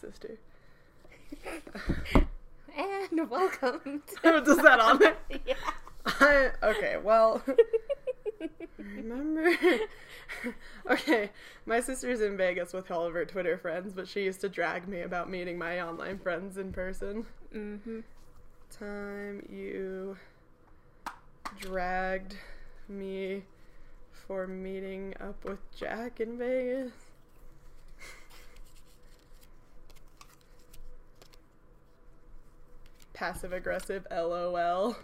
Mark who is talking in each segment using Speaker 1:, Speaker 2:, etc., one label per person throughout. Speaker 1: sister.
Speaker 2: And welcome to.
Speaker 1: Does that on there?
Speaker 2: yeah.
Speaker 1: I, okay, well, remember? okay, my sister's in Vegas with all of her Twitter friends, but she used to drag me about meeting my online friends in person.
Speaker 2: mm-hmm.
Speaker 1: Time you dragged me for meeting up with Jack in Vegas. Passive aggressive LOL.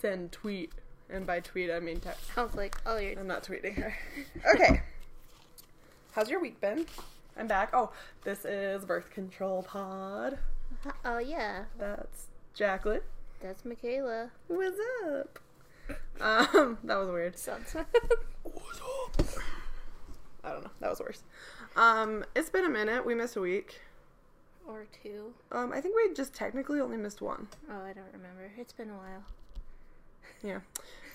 Speaker 1: Send tweet. And by tweet, I mean text.
Speaker 2: I was like, oh, you're.
Speaker 1: I'm not tweeting her. Okay. How's your week been? I'm back. Oh, this is Birth Control Pod.
Speaker 2: Oh, yeah.
Speaker 1: That's Jacqueline.
Speaker 2: That's Michaela.
Speaker 1: What's up? Um, that was weird.
Speaker 2: Sounds.
Speaker 1: What's up? I don't know. That was worse. Um, it's been a minute. We missed a week.
Speaker 2: or two.
Speaker 1: Um, I think we just technically only missed one.
Speaker 2: Oh, I don't remember. It's been a while.
Speaker 1: Yeah.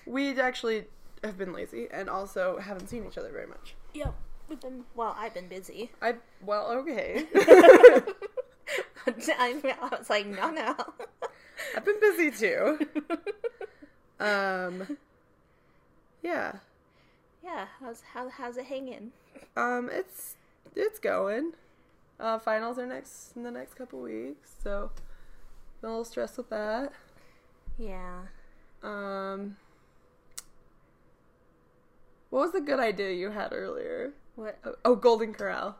Speaker 1: We actually have been lazy and also haven't seen each other very much.
Speaker 2: Yep. We've been. Well, I've been busy.
Speaker 1: I, well, okay.
Speaker 2: I, I was like, no, no.
Speaker 1: I've been busy too. Um, yeah.
Speaker 2: yeah. How's how, how's it hanging?
Speaker 1: Um, it's it's going. Uh, finals are next in the next couple weeks, so been a little stressed with that.
Speaker 2: Yeah.
Speaker 1: Um, what was the good idea you had earlier?
Speaker 2: What?
Speaker 1: Oh, oh Golden Corral,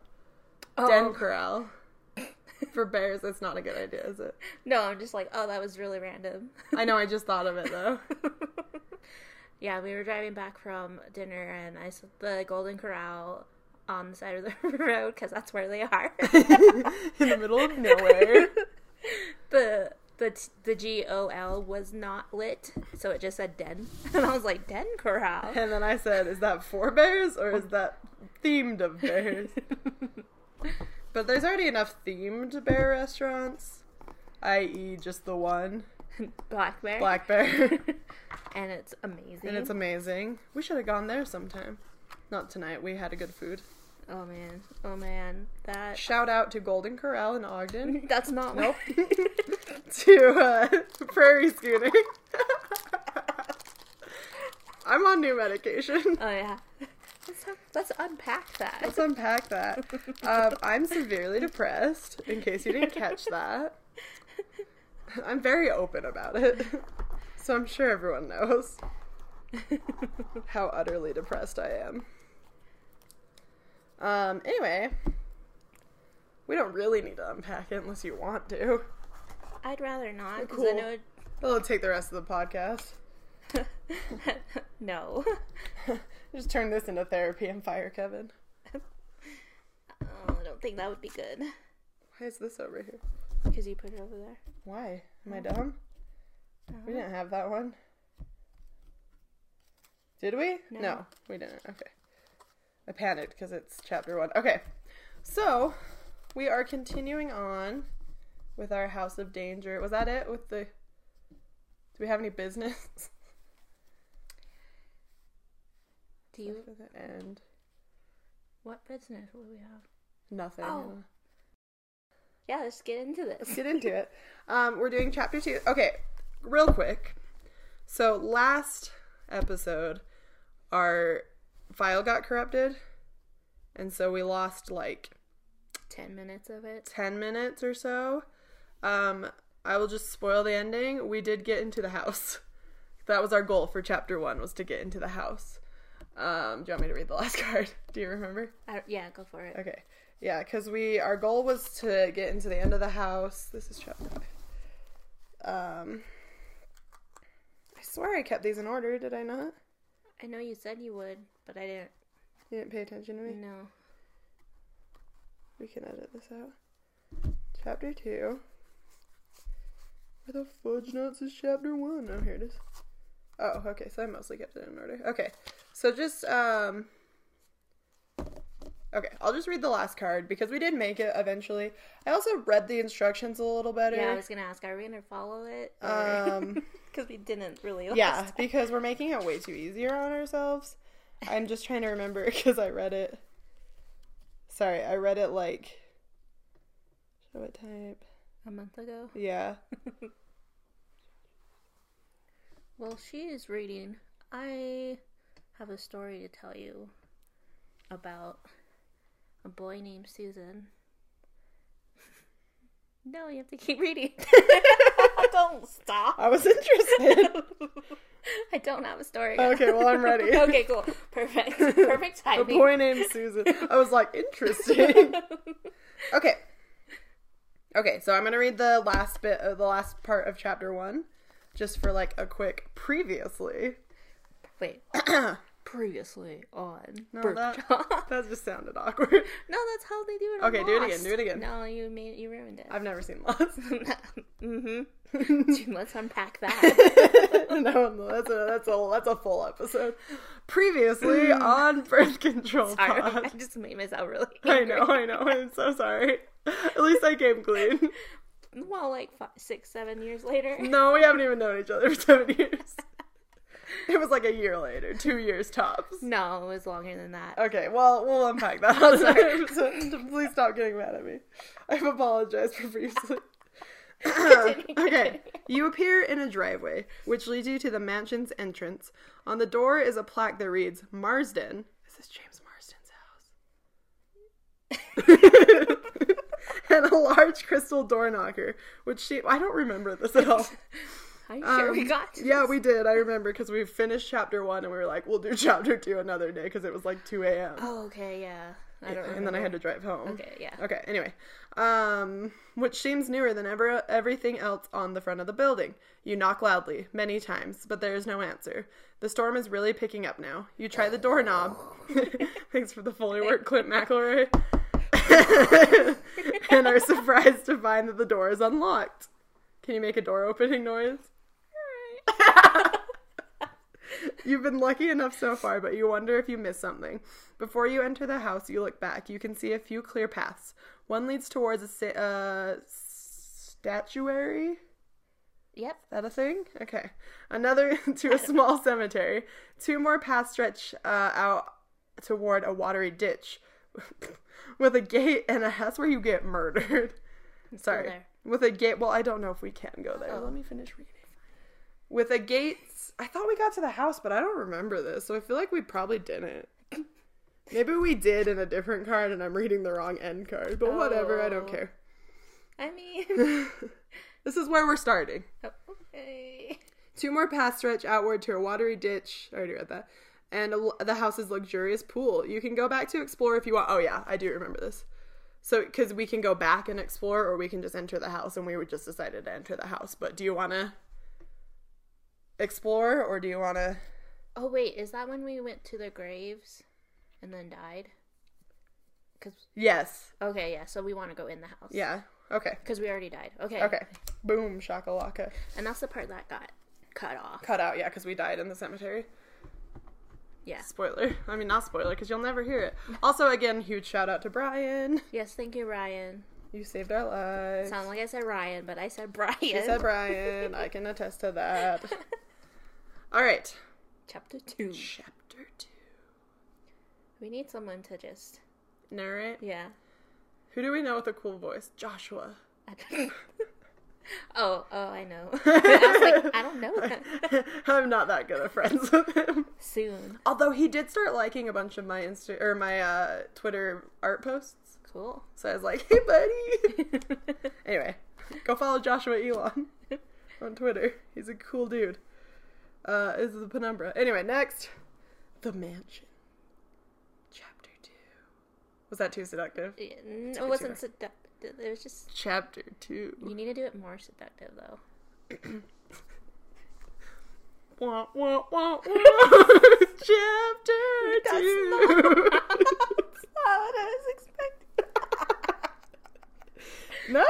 Speaker 2: Oh.
Speaker 1: Den Corral for bears. It's not a good idea, is it?
Speaker 2: No, I'm just like, oh, that was really random.
Speaker 1: I know. I just thought of it though.
Speaker 2: yeah, we were driving back from dinner, and I saw the Golden Corral on the side of the road because that's where they are.
Speaker 1: in the middle of nowhere.
Speaker 2: the the t- the G O L was not lit, so it just said den, and I was like, den corral.
Speaker 1: And then I said, "Is that for bears or is that themed of bears?" But there's already enough themed bear restaurants, i.e., just the one
Speaker 2: Black bear.
Speaker 1: black bear,
Speaker 2: and it's amazing.
Speaker 1: and it's amazing. We should have gone there sometime. Not tonight. We had a good food.
Speaker 2: oh man, oh man, that
Speaker 1: Shout out to Golden Corral in Ogden,
Speaker 2: that's not nope.
Speaker 1: to uh, Prairie Scooter. I'm on new medication.
Speaker 2: oh yeah, let's have- let's unpack that.
Speaker 1: Let's unpack that. Um, I'm severely depressed. In case you didn't catch that, I'm very open about it, so I'm sure everyone knows. how utterly depressed I am. Um, anyway, we don't really need to unpack it unless you want to.
Speaker 2: I'd rather not because I
Speaker 1: Cool.
Speaker 2: know.
Speaker 1: It'll take the rest of the podcast.
Speaker 2: it- no.
Speaker 1: Just turn this into therapy and fire Kevin.
Speaker 2: Oh, I don't think that would be good.
Speaker 1: Why is this over here?
Speaker 2: Because you put it over there.
Speaker 1: Why? Am I dumb? We
Speaker 2: Uh,
Speaker 1: didn't have that one. Did we?
Speaker 2: No.
Speaker 1: we didn't. Okay. I panicked because it's chapter one. Okay. So, we are continuing on with our House of Danger. Was that it with the. Do we have any business?
Speaker 2: Do you?
Speaker 1: and
Speaker 2: What business would we have?
Speaker 1: nothing.
Speaker 2: Oh. Yeah, let's get into this.
Speaker 1: Get into it. Um, we're doing chapter two. Okay, real quick. So, last episode, our file got corrupted. And so we lost like
Speaker 2: Ten minutes of it.
Speaker 1: 10 minutes or so. Um, I will just spoil the ending. We did get into the house. That was our goal for chapter one was to get into the house. Um, do you want me to read the last card? Do you remember?
Speaker 2: I, yeah, go for it.
Speaker 1: Okay. Yeah, because we our goal was to get into the end of the house. This is chapter five. Um, I swear I kept these in order. Did I not?
Speaker 2: I know you said you would, but I didn't.
Speaker 1: You didn't pay attention to me.
Speaker 2: No.
Speaker 1: We can edit this out. Chapter two. Where the fudge nuts is chapter one? Oh, here it is. Oh, okay. So I mostly kept it in order. Okay. So just um. Okay, I'll just read the last card because we did make it eventually. I also read the instructions a little better.
Speaker 2: Yeah, I was gonna ask. Are Uh, we gonna follow it?
Speaker 1: Um,
Speaker 2: Because we didn't really.
Speaker 1: yeah, because we're making it way too easier on ourselves. I'm just trying to remember because I read it. Sorry, I read it like Show it type.
Speaker 2: a month ago.
Speaker 1: Yeah.
Speaker 2: Well, she is reading. I have a story to tell you about a boy named Susan. No, you have to keep reading. don't stop.
Speaker 1: I was interested.
Speaker 2: I don't have a story.
Speaker 1: Okay, well, I'm ready.
Speaker 2: okay, cool. Perfect. Perfect
Speaker 1: a
Speaker 2: timing.
Speaker 1: boy named Susan. I was like, interesting. okay. Okay, so I'm gonna read the last bit of the last part of chapter one, just for like a quick previously.
Speaker 2: Wait. Previously on
Speaker 1: No,
Speaker 2: Burke
Speaker 1: that-
Speaker 2: Job.
Speaker 1: That just sounded awkward.
Speaker 2: No, that's how they do it.
Speaker 1: Okay, do it again, do it again.
Speaker 2: No, you made you ruined it.
Speaker 1: I've never seen Lost.
Speaker 2: mm-hmm.
Speaker 1: no,
Speaker 2: Let's unpack that.
Speaker 1: no, that's a that's a that's a full episode. Previously on birth control
Speaker 2: Sorry, I
Speaker 1: pod.
Speaker 2: just made myself really.
Speaker 1: I
Speaker 2: angry.
Speaker 1: know, I know. I'm so sorry. At least I came clean.
Speaker 2: Well, like five, six, seven years later.
Speaker 1: No, we haven't even known each other for seven years. It was like a year later, two years tops.
Speaker 2: No, it was longer than that.
Speaker 1: Okay, well, we'll unpack that. on another episode. Please stop getting mad at me. I've apologized profusely. okay, you appear in a driveway, which leads you to the mansion's entrance. On the door is a plaque that reads Marsden. This is James Marsden's house. and a large crystal door knocker, which she. I don't remember this at all.
Speaker 2: Are you sure we
Speaker 1: Um,
Speaker 2: got? to
Speaker 1: Yeah,
Speaker 2: this?
Speaker 1: we did. I remember because we finished chapter one and we were like, we'll do chapter two another day because it was like 2 a.m.
Speaker 2: Oh, okay, yeah. Uh, I don't.
Speaker 1: and then I had
Speaker 2: remember.
Speaker 1: to drive home.
Speaker 2: Okay, yeah.
Speaker 1: Okay, anyway. Um, which seems newer than ever everything else on the front of the building. You knock loudly, many times, but there is no answer. The storm is really picking up now. You try the doorknob.
Speaker 2: Oh.
Speaker 1: Thanks for the Foley work, Clint McElroy. and are surprised to find that the door is unlocked. Can you make a door opening noise? You've been lucky enough so far, but you wonder if you missed something. Before you enter the house, you look back. You can see a few clear paths. One leads towards a sa- uh, statuary.
Speaker 2: Yep.
Speaker 1: Is that a thing? Okay. Another to a small cemetery. Two more paths stretch uh, out toward a watery ditch with a gate, and a, that's where you get murdered. Sorry.
Speaker 2: there.
Speaker 1: With a gate. Well, I don't know if we can go there.
Speaker 2: Oh.
Speaker 1: Let me finish reading. With a gate. I thought we got to the house, but I don't remember this, so I feel like we probably didn't. Maybe we did in a different card, and I'm reading the wrong end card, but whatever. I don't
Speaker 2: Oh.
Speaker 1: care.
Speaker 2: I mean,
Speaker 1: This is where we're starting.
Speaker 2: okay.
Speaker 1: Two more paths stretch outward to a watery ditch. I already read that. And a l the house's luxurious pool. You can go back to explore if you want. Oh, yeah, I do remember this. So, because we can go back and explore, or we can just enter the house, and we were just decided to enter the house. But do you want to explore, or do you want to?
Speaker 2: Oh wait, is that when we went to the graves and then died? Cause
Speaker 1: Yes.
Speaker 2: okay, yeah. So we want to go in the house.
Speaker 1: Yeah. Okay.
Speaker 2: Because we already died. Okay.
Speaker 1: Okay. Boom, shakalaka.
Speaker 2: And that's the part that got cut off.
Speaker 1: Cut out, yeah, because we died in the cemetery.
Speaker 2: Yeah.
Speaker 1: Spoiler. I mean, not spoiler, because you'll never hear it. Also, again, huge shout out to Brian.
Speaker 2: Yes, thank you, Ryan.
Speaker 1: You saved our lives.
Speaker 2: Sound like I said Ryan, but I said Brian.
Speaker 1: She said Brian. I can attest to that. All right.
Speaker 2: Chapter two.
Speaker 1: Chapter two.
Speaker 2: We need someone to just
Speaker 1: Narrate.
Speaker 2: yeah.
Speaker 1: Who do we know with a cool voice? Joshua.
Speaker 2: I don't- oh, oh, I know. I was like, I don't know. that.
Speaker 1: I'm not that good at friends with him.
Speaker 2: Soon,
Speaker 1: Although he did start liking a bunch of my Insta or my uh, Twitter art posts.
Speaker 2: cool.
Speaker 1: So I was like, hey buddy. anyway, go follow Joshua Elon on Twitter. He's a cool dude. Uh this is the penumbra. Anyway, next. The mansion. Chapter two. Was that too seductive?
Speaker 2: N- it wasn't seductive. It was just
Speaker 1: Chapter
Speaker 2: you
Speaker 1: two.
Speaker 2: need to do it more seductive though.
Speaker 1: Wah, wah, wah, wah. Chapter
Speaker 2: That's
Speaker 1: two.
Speaker 2: That's not what I was expecting.
Speaker 1: no?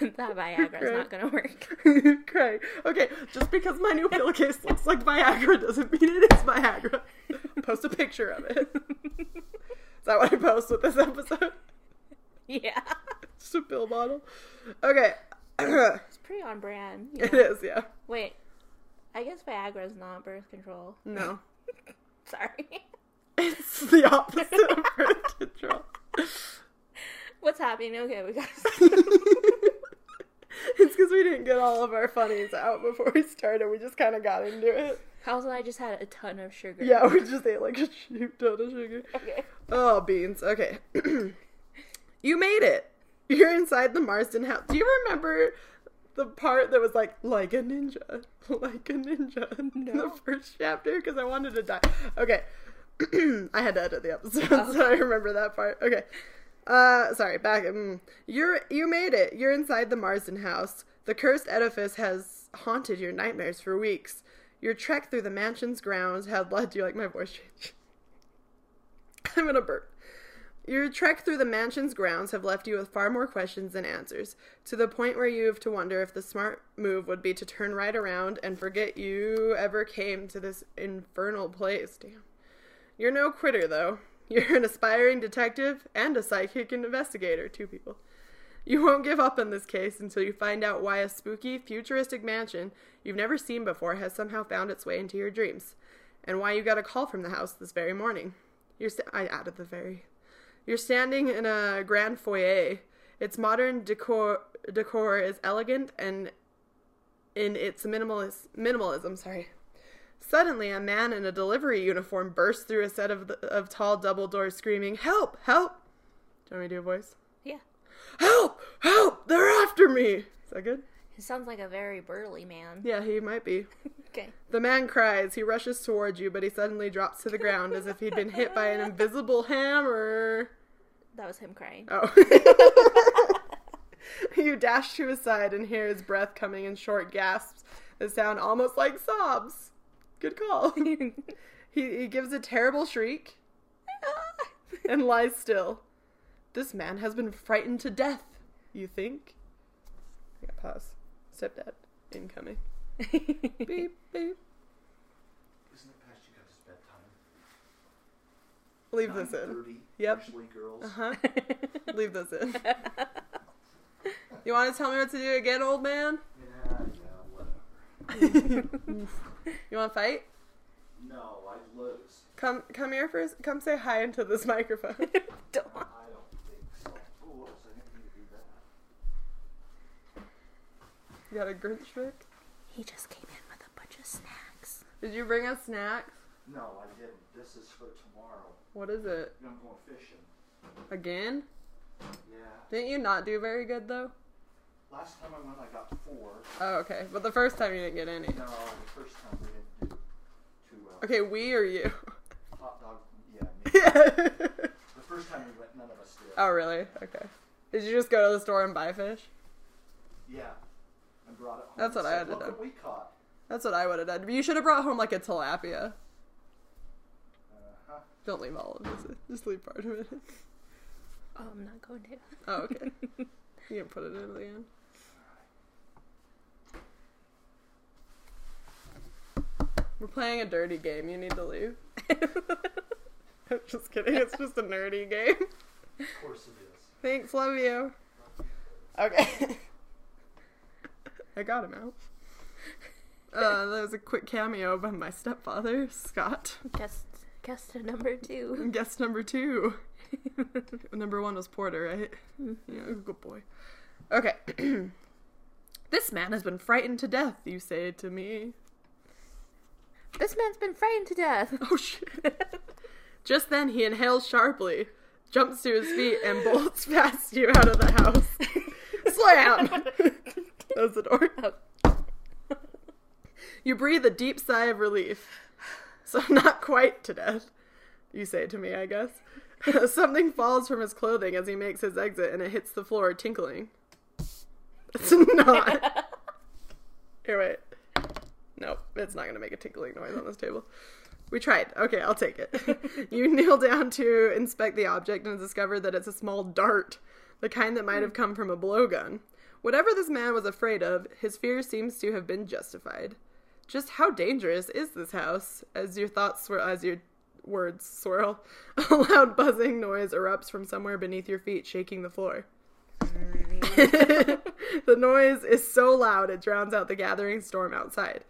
Speaker 2: that Viagra's not gonna work.
Speaker 1: Cray. Okay, just because my new pillowcase looks like Viagra doesn't mean it is Viagra. Post a picture of it. Is that what I post with this episode?
Speaker 2: yeah,
Speaker 1: Just a pill bottle. Okay. it
Speaker 2: it's pretty on brand. you know.
Speaker 1: is, yeah.
Speaker 2: Wait, I guess Viagra's not birth control.
Speaker 1: No.
Speaker 2: Sorry.
Speaker 1: It's the opposite of birth control.
Speaker 2: happening? Okay, we got.
Speaker 1: it's because we didn't get all of our funnies out before we started. We just kind of got into it.
Speaker 2: Also, I just had a ton of sugar.
Speaker 1: Yeah, we just ate like a shoot ton of sugar.
Speaker 2: Okay.
Speaker 1: Oh, beans. Okay. you made it. You're inside the Marsden house. Do you remember the part that was like, like a ninja, like a ninja in the
Speaker 2: No.
Speaker 1: first chapter? Because I wanted to die. Okay. I had to edit the episode, so I remember that part. Okay. Uh, sorry, back. Mm. You're, you made it. You're inside the Marsden house. The cursed edifice has haunted your nightmares for weeks. Your trek through the mansion's grounds had led you, like, my voice changed. I'm gonna burp. Your trek through the mansion's grounds have left you with far more questions than answers, to the point where you have to wonder if the smart move would be to turn right around and forget you ever came to this infernal place. Damn. You're no quitter, though. You're an aspiring detective and a psychic investigator, two people. You won't give up on this case until you find out why a spooky, futuristic mansion you've never seen before has somehow found its way into your dreams, and why you got a call from the house this very morning. You're st- I added the very. You're standing in a grand foyer. Its modern decor decor is elegant and in its minimalist minimalism, sorry. Suddenly, a man in a delivery uniform bursts through a set of, of tall double doors screaming, "Help! Help!" Do you want me to do a voice?
Speaker 2: Yeah.
Speaker 1: Help! Help! They're after me! Is that good?
Speaker 2: He sounds like a very burly man.
Speaker 1: Yeah, he might be.
Speaker 2: Okay.
Speaker 1: The man cries. He rushes towards you, but he suddenly drops to the ground as if he'd been hit by an invisible hammer.
Speaker 2: That was him crying.
Speaker 1: Oh. you dash to his side and hear his breath coming in short gasps that sound almost like sobs. Good call. he, he gives a terrible shriek and lies still. This man has been frightened to death, you think? Yeah, pause. Stepdad incoming. Beep, beep.
Speaker 3: Isn't it past you guys' bedtime?
Speaker 1: Leave this in.
Speaker 3: 9:30,
Speaker 1: Yep.
Speaker 3: Usually girls.
Speaker 1: Uh huh. Leave this in. You want to tell me what to do again, old man?
Speaker 3: Yeah, yeah, whatever.
Speaker 1: You want to fight?
Speaker 3: No, I lose.
Speaker 1: Come, come here first. Come say hi into this microphone.
Speaker 2: Don't-
Speaker 3: I don't think so. Ooh, whoops, I didn't need to do that.
Speaker 1: You got a Grinch trick?
Speaker 2: he just came in with a bunch of snacks.
Speaker 1: Did you bring us snacks?
Speaker 3: No, I didn't. This is for tomorrow.
Speaker 1: What is it?
Speaker 3: I'm going fishing.
Speaker 1: Again?
Speaker 3: Yeah.
Speaker 1: Didn't you not do very good though?
Speaker 3: Last time I went, I got four.
Speaker 1: Oh, okay. But the first time you didn't get any.
Speaker 3: No, the first time we didn't do too well.
Speaker 1: Okay, we or you?
Speaker 3: Hot dog, yeah, me.
Speaker 1: yeah.
Speaker 3: The first time we went, none of us did.
Speaker 1: oh, really? Okay. Did you just go to the store and buy fish?
Speaker 3: Yeah. And brought it home.
Speaker 1: That's what
Speaker 3: and
Speaker 1: I
Speaker 3: said,
Speaker 1: had to
Speaker 3: Look
Speaker 1: do.
Speaker 3: what we caught.
Speaker 1: That's what I would have done. But you should have brought home like a tilapia.
Speaker 3: Uh-huh.
Speaker 1: Don't leave all of this. in. Just leave part of it. in.
Speaker 2: Oh, I'm not going to.
Speaker 1: Oh, okay. you can put it in at the end. We're playing a dirty game. You need to leave. I'm just kidding. It's just a nerdy game.
Speaker 3: Of course it is.
Speaker 1: Thanks, love you. Okay. I got him out. Uh, that was a quick cameo by my stepfather, Scott.
Speaker 2: Guest, guest number two.
Speaker 1: Guest number two. number one was Porter, right? Yeah, good boy. Okay. this man has been frightened to death, you say to me.
Speaker 2: This man's been frightened to death.
Speaker 1: Oh shit. Just then he inhales sharply, jumps to his feet, and bolts past you out of the house. Slam! That's the door.
Speaker 2: Oh.
Speaker 1: You breathe a deep sigh of relief. So not quite to death, you say to me, I guess. Something falls from his clothing as he makes his exit and it hits the floor tinkling. It's not. Here, wait. Nope, it's not gonna make a tinkling noise on this table. We tried. Okay, I'll take it. you kneel down to inspect the object and discover that it's a small dart, the kind that might have come from a blowgun. Whatever this man was afraid of, his fear seems to have been justified. Just how dangerous is this house? As your thoughts swirl, as your words swirl, a loud buzzing noise erupts from somewhere beneath your feet, shaking the floor. the noise is so loud it drowns out the gathering storm outside.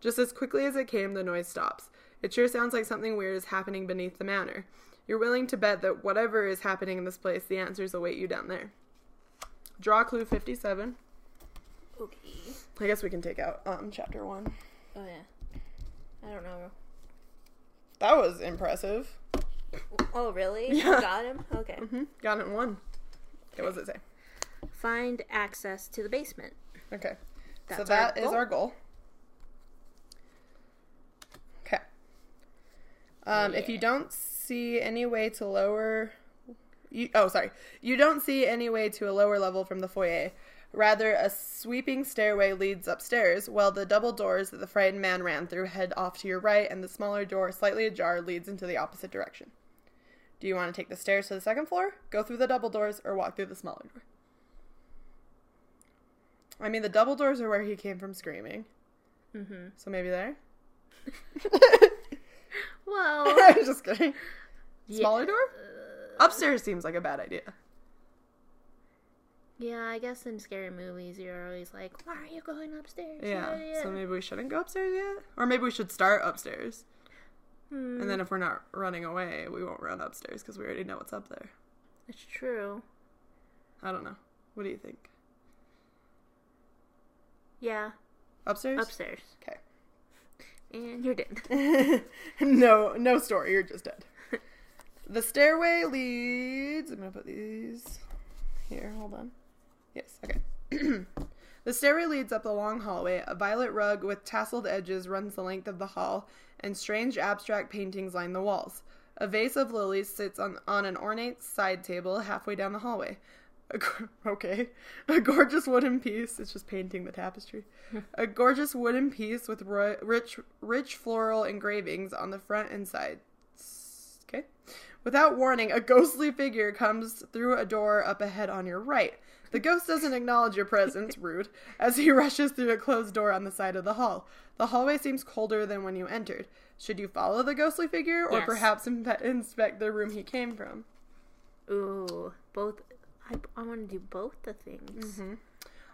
Speaker 1: Just as quickly as it came, the noise stops. It sure sounds like something weird is happening beneath the manor. You're willing to bet that whatever is happening in this place, the answers await you down there. Draw clue 57.
Speaker 2: Okay.
Speaker 1: I guess we can take out um, chapter 1.
Speaker 2: Oh yeah. I don't know.
Speaker 1: That was impressive.
Speaker 2: Oh really?
Speaker 1: Yeah.
Speaker 2: You got him? Okay.
Speaker 1: hmm Got it in one. Okay, what does it say?
Speaker 2: Find access to the basement.
Speaker 1: Okay. so
Speaker 2: That's our
Speaker 1: that is
Speaker 2: goal.
Speaker 1: our goal. Okay. Um, If you
Speaker 2: Yeah.
Speaker 1: don't see any way to lower, you, oh sorry, you don't see any way to a lower level from the foyer. Rather, a sweeping stairway leads upstairs, while the double doors that the frightened man ran through head off to your right, and the smaller door, slightly ajar, leads into the opposite direction. Do you want to take the stairs to the second floor, go through the double doors, or walk through the smaller door? I mean, the double doors are where he came from screaming,
Speaker 2: Mm-hmm.
Speaker 1: so maybe there.
Speaker 2: Well,
Speaker 1: I'm just kidding.
Speaker 2: yeah.
Speaker 1: Smaller door? Upstairs seems like a bad idea.
Speaker 2: Yeah, I guess in scary movies you're always like, "Why are you going upstairs?" you
Speaker 1: Yeah.
Speaker 2: idiot?"
Speaker 1: So maybe we shouldn't go upstairs yet? Or maybe we should start upstairs.
Speaker 2: Hmm,
Speaker 1: And then if we're not running away, we won't run upstairs because we already know what's up there.
Speaker 2: it's true.
Speaker 1: I don't know. What do you think?
Speaker 2: Yeah,
Speaker 1: Upstairs?
Speaker 2: upstairs,
Speaker 1: Okay.
Speaker 2: and you're dead.
Speaker 1: no, no story. You're just dead. the stairway leads. I'm gonna put these here. Hold on. Yes. Okay. the stairway leads up the long hallway. A violet rug with tasseled edges runs the length of the hall, and strange abstract paintings line the walls. A vase of lilies sits on, on an ornate side table halfway down the hallway. A gor- okay. A gorgeous wooden piece. It's just painting the tapestry. a gorgeous wooden piece with ro- rich, rich floral engravings on the front and sides. Okay. Without warning, a ghostly figure comes through a door up ahead on your right. The ghost doesn't acknowledge your presence, rude, as he rushes through a closed door on the side of the hall. The hallway seems colder than when you entered. Should you follow the ghostly figure or
Speaker 2: Yes.
Speaker 1: perhaps impe- inspect the room he came from?
Speaker 2: Ooh, both. I, I want to do both the things.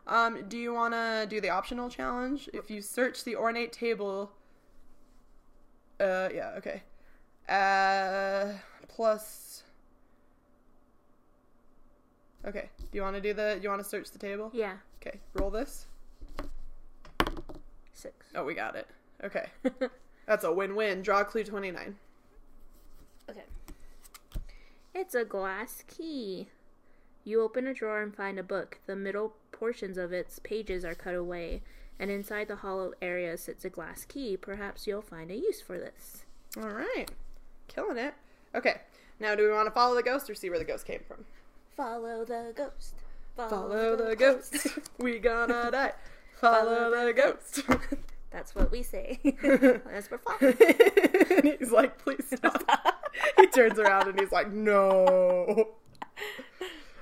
Speaker 1: Um, do you want to do the optional challenge? If you search the ornate table, uh, yeah, okay. Uh, plus. Okay. Do you want to do the? You want to search the table?
Speaker 2: Yeah,
Speaker 1: Okay. Roll this.
Speaker 2: six.
Speaker 1: Oh, we got it. Okay. That's a win-win. Draw clue twenty-nine.
Speaker 2: Okay. It's a glass key. You open a drawer and find a book. The middle portions of its pages are cut away, and inside the hollow area sits a glass key. Perhaps you'll find a use for this.
Speaker 1: All right. Killing it. Okay. Now, do we want to follow the ghost or see where the ghost came from?
Speaker 2: Follow the ghost.
Speaker 1: Follow the ghost. we gonna die. Follow the ghost.
Speaker 2: That's what we say. As we're following.
Speaker 1: and he's like, please stop. he turns around and he's like, no.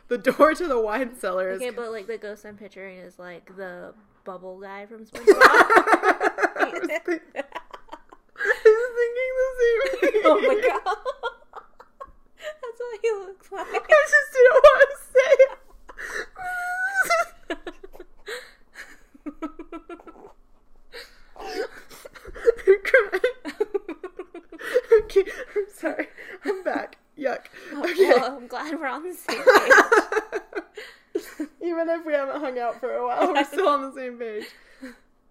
Speaker 1: The door to the wine cellar is.
Speaker 2: Okay, but like the ghost I'm picturing is like the bubble guy from SpongeBob.
Speaker 1: I was think- I was thinking the same thing.
Speaker 2: oh my god. That's what he looks like.
Speaker 1: I just didn't want to say it. I'm crying. okay, I'm sorry. I'm back. Yuck. Okay.
Speaker 2: Oh, Well, I'm glad we're on the same page.
Speaker 1: Even if we haven't hung out for a while, we're still on the same page.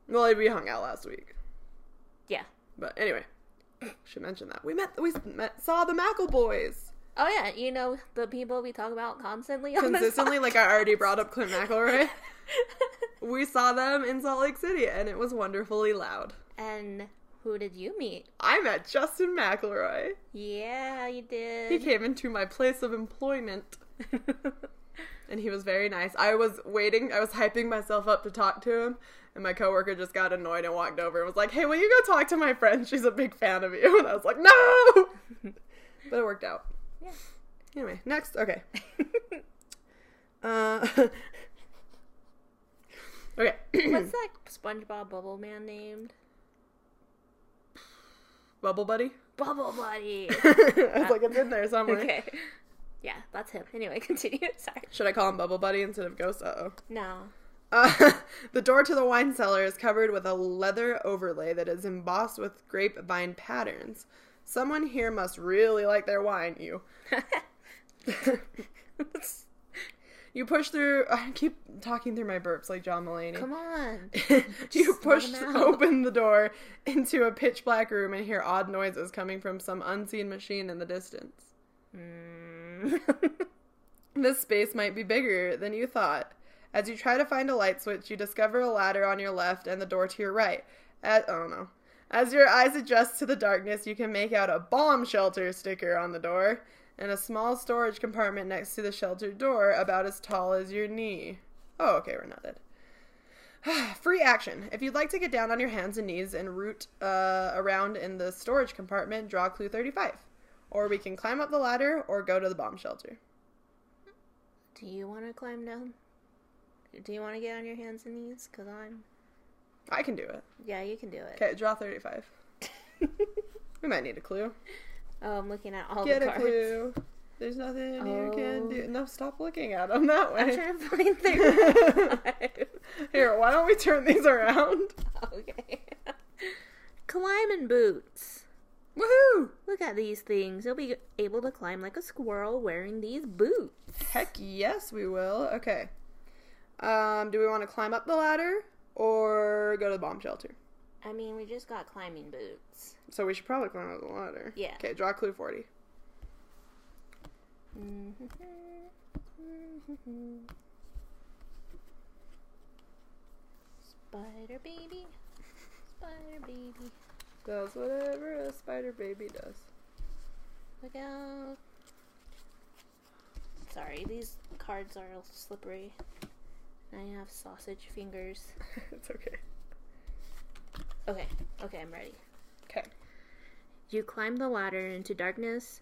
Speaker 1: Well, like, we hung out last week,
Speaker 2: Yeah.
Speaker 1: but anyway, should mention that we met. We met, saw the Mackle boys
Speaker 2: Oh yeah, you know the people we talk about constantly on this
Speaker 1: consistently. Like I already brought up Clint McElroy. We saw them in Salt Lake City, and it was wonderfully loud.
Speaker 2: and who did you meet?
Speaker 1: I met Justin McElroy.
Speaker 2: Yeah, you
Speaker 1: He
Speaker 2: did.
Speaker 1: came into my place of employment. and he was very nice. I was waiting, I was hyping myself up to talk to him, and my coworker just got annoyed and walked over and was like, "Hey, will you go talk to my friend? She's a big fan of you." And I was like, "No!" but it worked out.
Speaker 2: Yeah.
Speaker 1: Anyway, next, okay. Uh, okay.
Speaker 2: What's that SpongeBob Bubble Man named?
Speaker 1: Bubble buddy.
Speaker 2: Bubble Buddy.
Speaker 1: I was like, it's in there somewhere.
Speaker 2: okay. Yeah, that's him. Anyway, continue. Sorry.
Speaker 1: Should I call him Bubble Buddy instead of Ghost? Uh oh.
Speaker 2: No.
Speaker 1: Uh, the door to the wine cellar is covered with a leather overlay that is embossed with grapevine patterns. Someone here must really like their wine, you. you push through. I keep talking through my burps like John Mulaney.
Speaker 2: Come on.
Speaker 1: you
Speaker 2: Just let
Speaker 1: push
Speaker 2: 'em out.
Speaker 1: open the door into a pitch black room and hear odd noises coming from some unseen machine in the distance.
Speaker 2: Mm.
Speaker 1: This space might be bigger than you thought. As you try to find a light switch, you discover a ladder on your left and the door to your right. As, oh no. As your eyes adjust to the darkness, you can make out a bomb shelter sticker on the door and a small storage compartment next to the shelter door about as tall as your knee. Oh, okay, we're not dead. Free action. If you'd like to get down on your hands and knees and root uh, around in the storage compartment, draw clue 35. Or we can climb up the ladder or go to the bomb shelter.
Speaker 2: Do you want to climb down? Do you want to get on your hands and knees? Because I'm.
Speaker 1: I can do it.
Speaker 2: Yeah, you can do it.
Speaker 1: Okay, draw 35. We might need a clue.
Speaker 2: oh, I'm looking at all
Speaker 1: Get
Speaker 2: the
Speaker 1: a
Speaker 2: cards.
Speaker 1: clue. There's nothing you can
Speaker 2: Oh.
Speaker 1: do. No, stop looking at them that
Speaker 2: I'm
Speaker 1: way.
Speaker 2: trying to find the
Speaker 1: Here, why don't we turn these around?
Speaker 2: Okay. Climbing boots.
Speaker 1: Woohoo!
Speaker 2: Look at these things. You'll be able to climb like a squirrel wearing these boots.
Speaker 1: Heck yes, we will. Okay. Um, do we want to climb up the ladder or go to the bomb shelter?
Speaker 2: I mean, we just got climbing boots.
Speaker 1: So we should probably climb up the ladder.
Speaker 2: Yeah.
Speaker 1: Okay, draw clue 40.
Speaker 2: Spider baby. Spider baby.
Speaker 1: Does whatever a spider baby does.
Speaker 2: Look out. Sorry, these cards are all slippery. I have sausage fingers.
Speaker 1: it's okay.
Speaker 2: Okay, okay, I'm ready.
Speaker 1: Okay.
Speaker 2: You climb the ladder into darkness.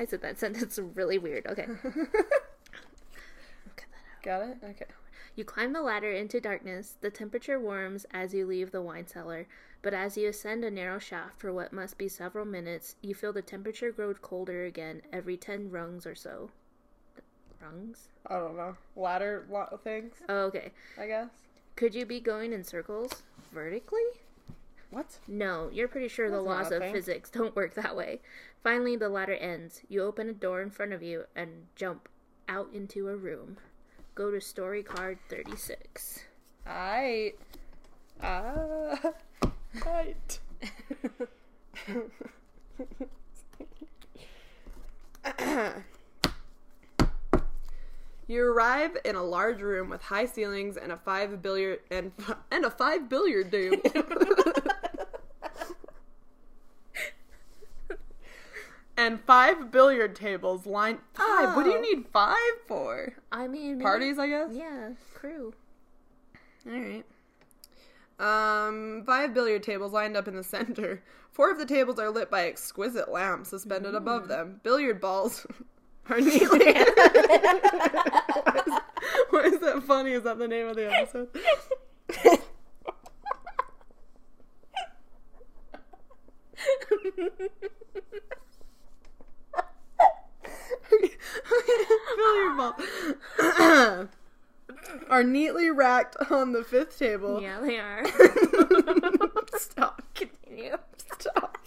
Speaker 2: I said that sentence really weird. Okay. Cut that out.
Speaker 1: Got it? Okay.
Speaker 2: You climb the ladder into darkness. The temperature warms as you leave the wine cellar, but as you ascend a narrow shaft for what must be several minutes, you feel the temperature grow colder again every 10 rungs or so. Rungs?
Speaker 1: I don't know. Ladder lo- things,
Speaker 2: Oh, okay.
Speaker 1: I guess.
Speaker 2: Could you be going in circles? Vertically?
Speaker 1: What?
Speaker 2: No, you're pretty sure the
Speaker 1: That's not
Speaker 2: laws
Speaker 1: a
Speaker 2: of
Speaker 1: thing.
Speaker 2: physics don't work that way. Finally, the ladder ends. You open a door in front of you and jump out into a room. Go to story card 36.
Speaker 1: I. Ah. Right. you arrive in a large room with high ceilings and a five billiard and and a five billiard table. and five billiard tables lined. Five. What do
Speaker 2: Oh.
Speaker 1: you need five for?
Speaker 2: I mean, maybe-
Speaker 1: Parties, I guess.
Speaker 2: Yeah, crew.
Speaker 1: All right. Um, five billiard tables lined up in the center. Four of the tables are lit by exquisite lamps suspended above them. Billiard balls are neatly. why, is, why is that funny? Is that the name of the episode? billiard balls are neatly racked on the fifth table.
Speaker 2: yeah, they are.
Speaker 1: Stop.
Speaker 2: Continue.
Speaker 1: Stop.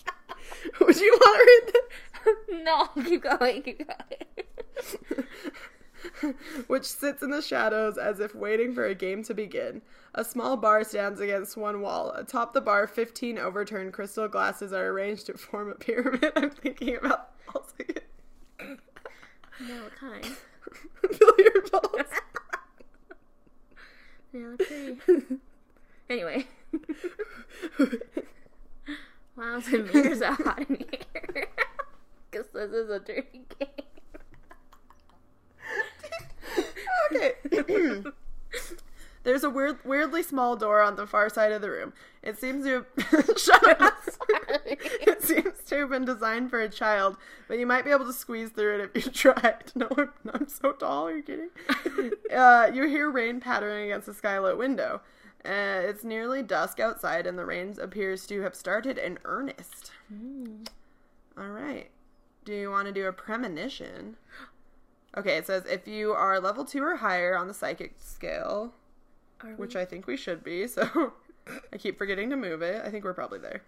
Speaker 1: Would you want to read that?
Speaker 2: no, keep going, keep going.
Speaker 1: which sits in the shadows as if waiting for a game to begin. A small bar stands against one wall. Atop the bar, 15 overturned crystal glasses are arranged to form a pyramid. I'm thinking about balls again.
Speaker 2: no, what kind?
Speaker 1: Billiard balls.
Speaker 2: Yeah, they're pretty. Anyway. Wow, the mirrors are hot in here. Because this is a dirty
Speaker 1: okay.
Speaker 2: game.
Speaker 1: There's a weird, weirdly small door on the far side of the room. It seems to shut up.
Speaker 2: Sorry.
Speaker 1: it seems to have been designed for a child, but you might be able to squeeze through it if you tried. No, I'm, I'm so tall. Are you kidding? uh, you hear rain pattering against the skylight window. Uh, it's nearly dusk outside, and the rain appears to have started in earnest. All right. Do you want to do a premonition? Okay, it says if you are level two or higher on the psychic scale,
Speaker 2: Are
Speaker 1: which I think we should be, so I keep forgetting to move it. I think we're probably there.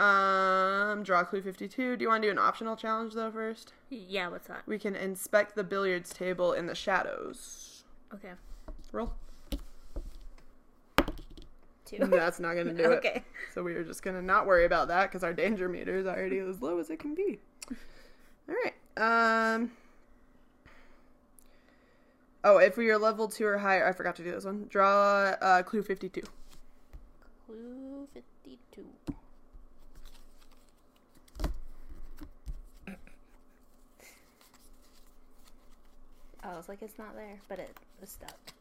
Speaker 1: Um, draw clue 52. Do you want to do an optional challenge though first?
Speaker 2: Yeah, what's that?
Speaker 1: We can inspect the billiards table in the shadows.
Speaker 2: Okay.
Speaker 1: Roll.
Speaker 2: Two.
Speaker 1: That's not going to do it.
Speaker 2: okay.
Speaker 1: So we are just going to not worry about that because our danger meter is already as low as it can be. All right. Um. Oh, if we are level two or higher, I forgot to do this one. Draw uh, clue 52.
Speaker 2: Clue 52. I was like, Oh, it's not there, but it was stuck.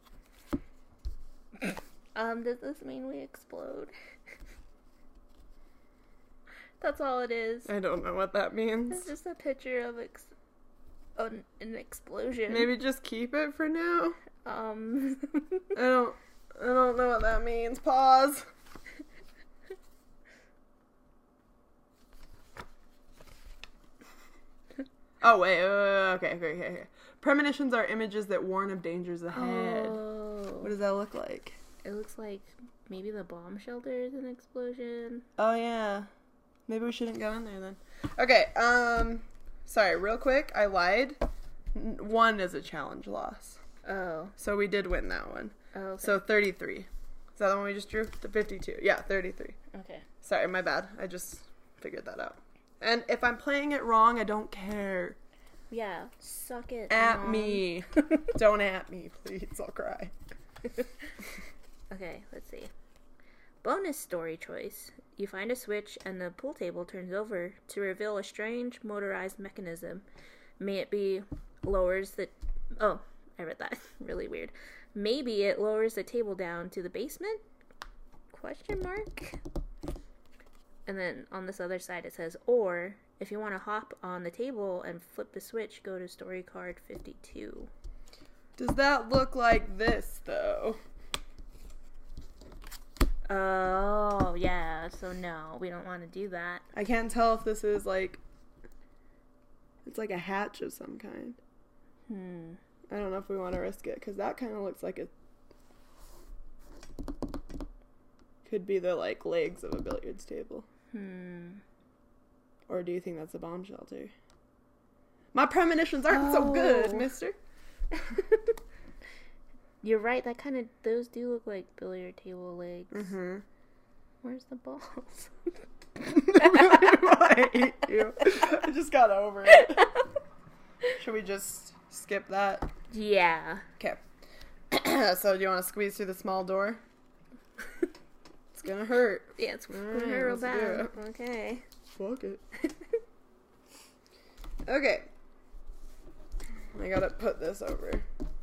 Speaker 2: um, does this mean we explode? That's all it is.
Speaker 1: I don't know what that means.
Speaker 2: It's just a picture of ex- an, an explosion.
Speaker 1: Maybe just keep it for now.
Speaker 2: Um.
Speaker 1: I don't. I don't know what that means. Pause. oh wait, wait, wait, wait, okay, okay, okay, okay. Premonitions are images that warn of dangers ahead. What
Speaker 2: oh.
Speaker 1: does that look like?
Speaker 2: It looks like maybe the bomb shelter is an explosion.
Speaker 1: Oh yeah. Maybe we shouldn't go in there then. Okay. Um. Sorry. Real quick, I lied. N- One is a challenge loss,
Speaker 2: Oh.
Speaker 1: so we did win that one.
Speaker 2: Oh. Okay.
Speaker 1: So 33. Is that the one we just drew? The 52. Yeah, 33.
Speaker 2: okay.
Speaker 1: Sorry, my bad. I just figured that out. And if I'm playing it wrong, I don't care.
Speaker 2: Yeah. Suck it.
Speaker 1: At
Speaker 2: Mom.
Speaker 1: me. don't at me, please. I'll cry.
Speaker 2: Okay, let's see. Bonus story choice. You find a switch and the pool table turns over to reveal a strange motorized mechanism. May it be lowers the Oh, I read that. really weird. Maybe it lowers the table down to the basement? Question mark. And then on this other side it says or if you want to hop on the table and flip the switch, go to story card 52.
Speaker 1: Does that look like this, though?
Speaker 2: Oh, yeah. So no, we don't want to do that.
Speaker 1: I can't tell if this is like. It's like a hatch of some kind.
Speaker 2: Hmm.
Speaker 1: I don't know if we want to risk it because that kind of looks like it could be the like legs of a billiards table.
Speaker 2: Hmm.
Speaker 1: Or do you think that's a bomb shelter? My premonitions aren't so good,
Speaker 2: Oh.
Speaker 1: mister.
Speaker 2: You're right. That kind of those do look like billiard table legs.
Speaker 1: Mm-hmm.
Speaker 2: Where's the balls?
Speaker 1: I hate you. I just got over it. Should we just skip that?
Speaker 2: yeah.
Speaker 1: Okay. so do you want to squeeze through the small door? It's gonna hurt.
Speaker 2: Yeah, it's gonna
Speaker 1: Alright,
Speaker 2: hurt Mm, real
Speaker 1: let's
Speaker 2: bad.
Speaker 1: do
Speaker 2: Okay.
Speaker 1: Fuck it. Okay. I gotta put this over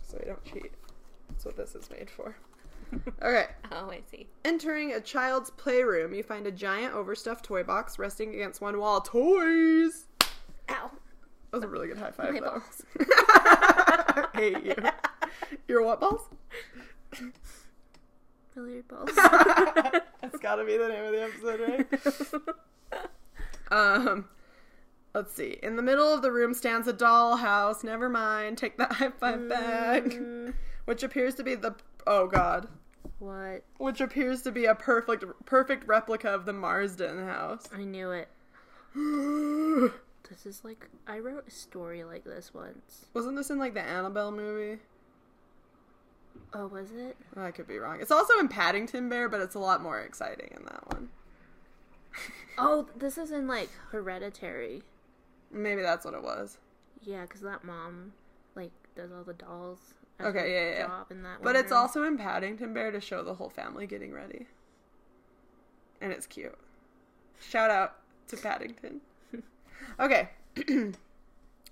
Speaker 1: so I don't cheat. That's what this is made for. Okay.
Speaker 2: oh, I see.
Speaker 1: Entering a child's playroom, you find a giant overstuffed toy box resting against one wall. Toys!
Speaker 2: Ow.
Speaker 1: That was a really good high five,
Speaker 2: My
Speaker 1: though.
Speaker 2: balls.
Speaker 1: I hate you. Your what balls?
Speaker 2: Billiard balls.
Speaker 1: That's gotta be the name of the episode, right? um, let's see. In the middle of the room stands a dollhouse. Never mind. Take that high five back.
Speaker 2: Mm,
Speaker 1: Which appears to be the. Oh, God.
Speaker 2: what?
Speaker 1: Which appears to be a perfect, perfect replica of the Marsden house.
Speaker 2: I knew it.
Speaker 1: Wasn't
Speaker 2: This is like I wrote a story like this once.
Speaker 1: this in like the Annabelle movie?
Speaker 2: Oh, was it?
Speaker 1: I could be wrong. It's also in Paddington Bear, but it's a lot more exciting in that one.
Speaker 2: Oh, this is in like Hereditary.
Speaker 1: Maybe that's what it was.
Speaker 2: Yeah, because that mom like does all the dolls. as
Speaker 1: Okay,
Speaker 2: her
Speaker 1: yeah, yeah, yeah.
Speaker 2: job in that
Speaker 1: But it's
Speaker 2: room.
Speaker 1: also in Paddington Bear to show the whole family getting ready. And it's cute. Shout out to Paddington. Okay.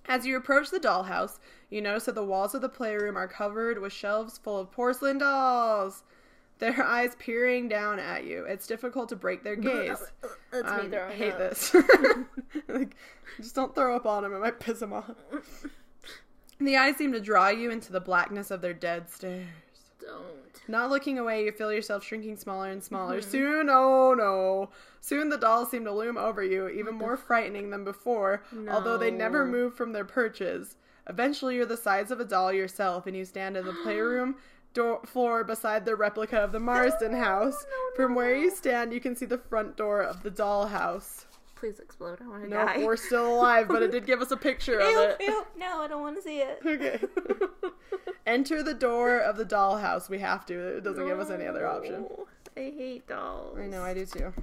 Speaker 1: As you approach the dollhouse, you notice that the walls of the playroom are covered with shelves full of porcelain dolls. Their eyes peering down at you. It's difficult to break their gaze.
Speaker 2: That's me
Speaker 1: Um,
Speaker 2: throwing
Speaker 1: I hate
Speaker 2: up.
Speaker 1: this. like, just don't throw up on him. It might piss him off. The eyes seem to draw you into the blackness of their dead stares.
Speaker 2: Don't.
Speaker 1: Not looking away, you feel yourself shrinking smaller and smaller.
Speaker 2: Mm-hmm.
Speaker 1: Soon, oh no. Soon the dolls seem to loom over you, even more frightening than before, although they never
Speaker 2: No.
Speaker 1: move from their perches. Eventually, you're the size of a doll yourself, and you stand in the playroom door- floor beside the replica of the Marsden house. From where you stand, you can see the front door of the dollhouse.
Speaker 2: Please explode. I want to
Speaker 1: No,
Speaker 2: die.
Speaker 1: we're still alive, but it did give us a picture
Speaker 2: Ew,
Speaker 1: of it.
Speaker 2: ew. No, I don't want to see it.
Speaker 1: Okay. Enter the door of the dollhouse. We have to. It doesn't give us any other option.
Speaker 2: No. I hate dolls.
Speaker 1: I know, I do too.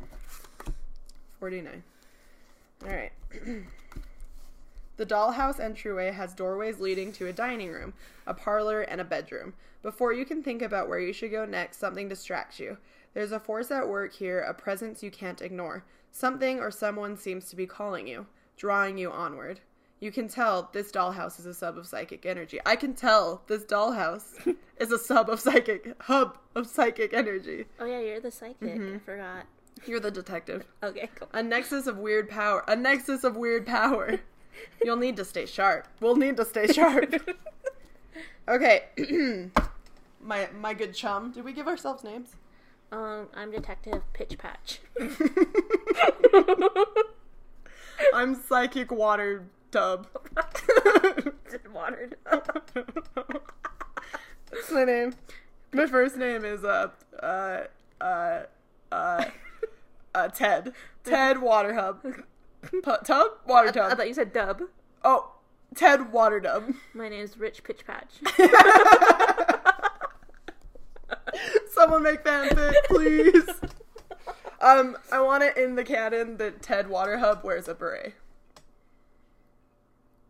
Speaker 1: 49. Alright. the dollhouse entryway has doorways leading to a dining room, a parlor, and a bedroom. Before you can think about where you should go next, something distracts you. There's a force at work here, a presence you can't ignore. Something or someone seems to be calling you, drawing you onward. You can tell this dollhouse is a sub of psychic energy. I can tell this dollhouse is a sub of psychic, hub of psychic energy.
Speaker 2: Oh yeah, you're the psychic.
Speaker 1: Mm-hmm.
Speaker 2: I forgot.
Speaker 1: You're the detective.
Speaker 2: Okay, cool.
Speaker 1: A nexus of weird power. A nexus of weird power. You'll need to stay sharp. We'll need to stay sharp. okay. my my good chum. Did we give ourselves names?
Speaker 2: Um, I'm Detective Pitch Patch.
Speaker 1: I'm psychic water tub.
Speaker 2: Watered.
Speaker 1: That's my name. My first name is uh uh uh uh, uh Ted. Ted Water Hub. Pu- tub? Water
Speaker 2: I
Speaker 1: tub.
Speaker 2: thought you said dub.
Speaker 1: Oh, Ted Water Dub.
Speaker 2: My name is Rich Pitch Patch.
Speaker 1: Someone make fanfic, please. um, I want it in the canon that Ted Waterhub wears a beret.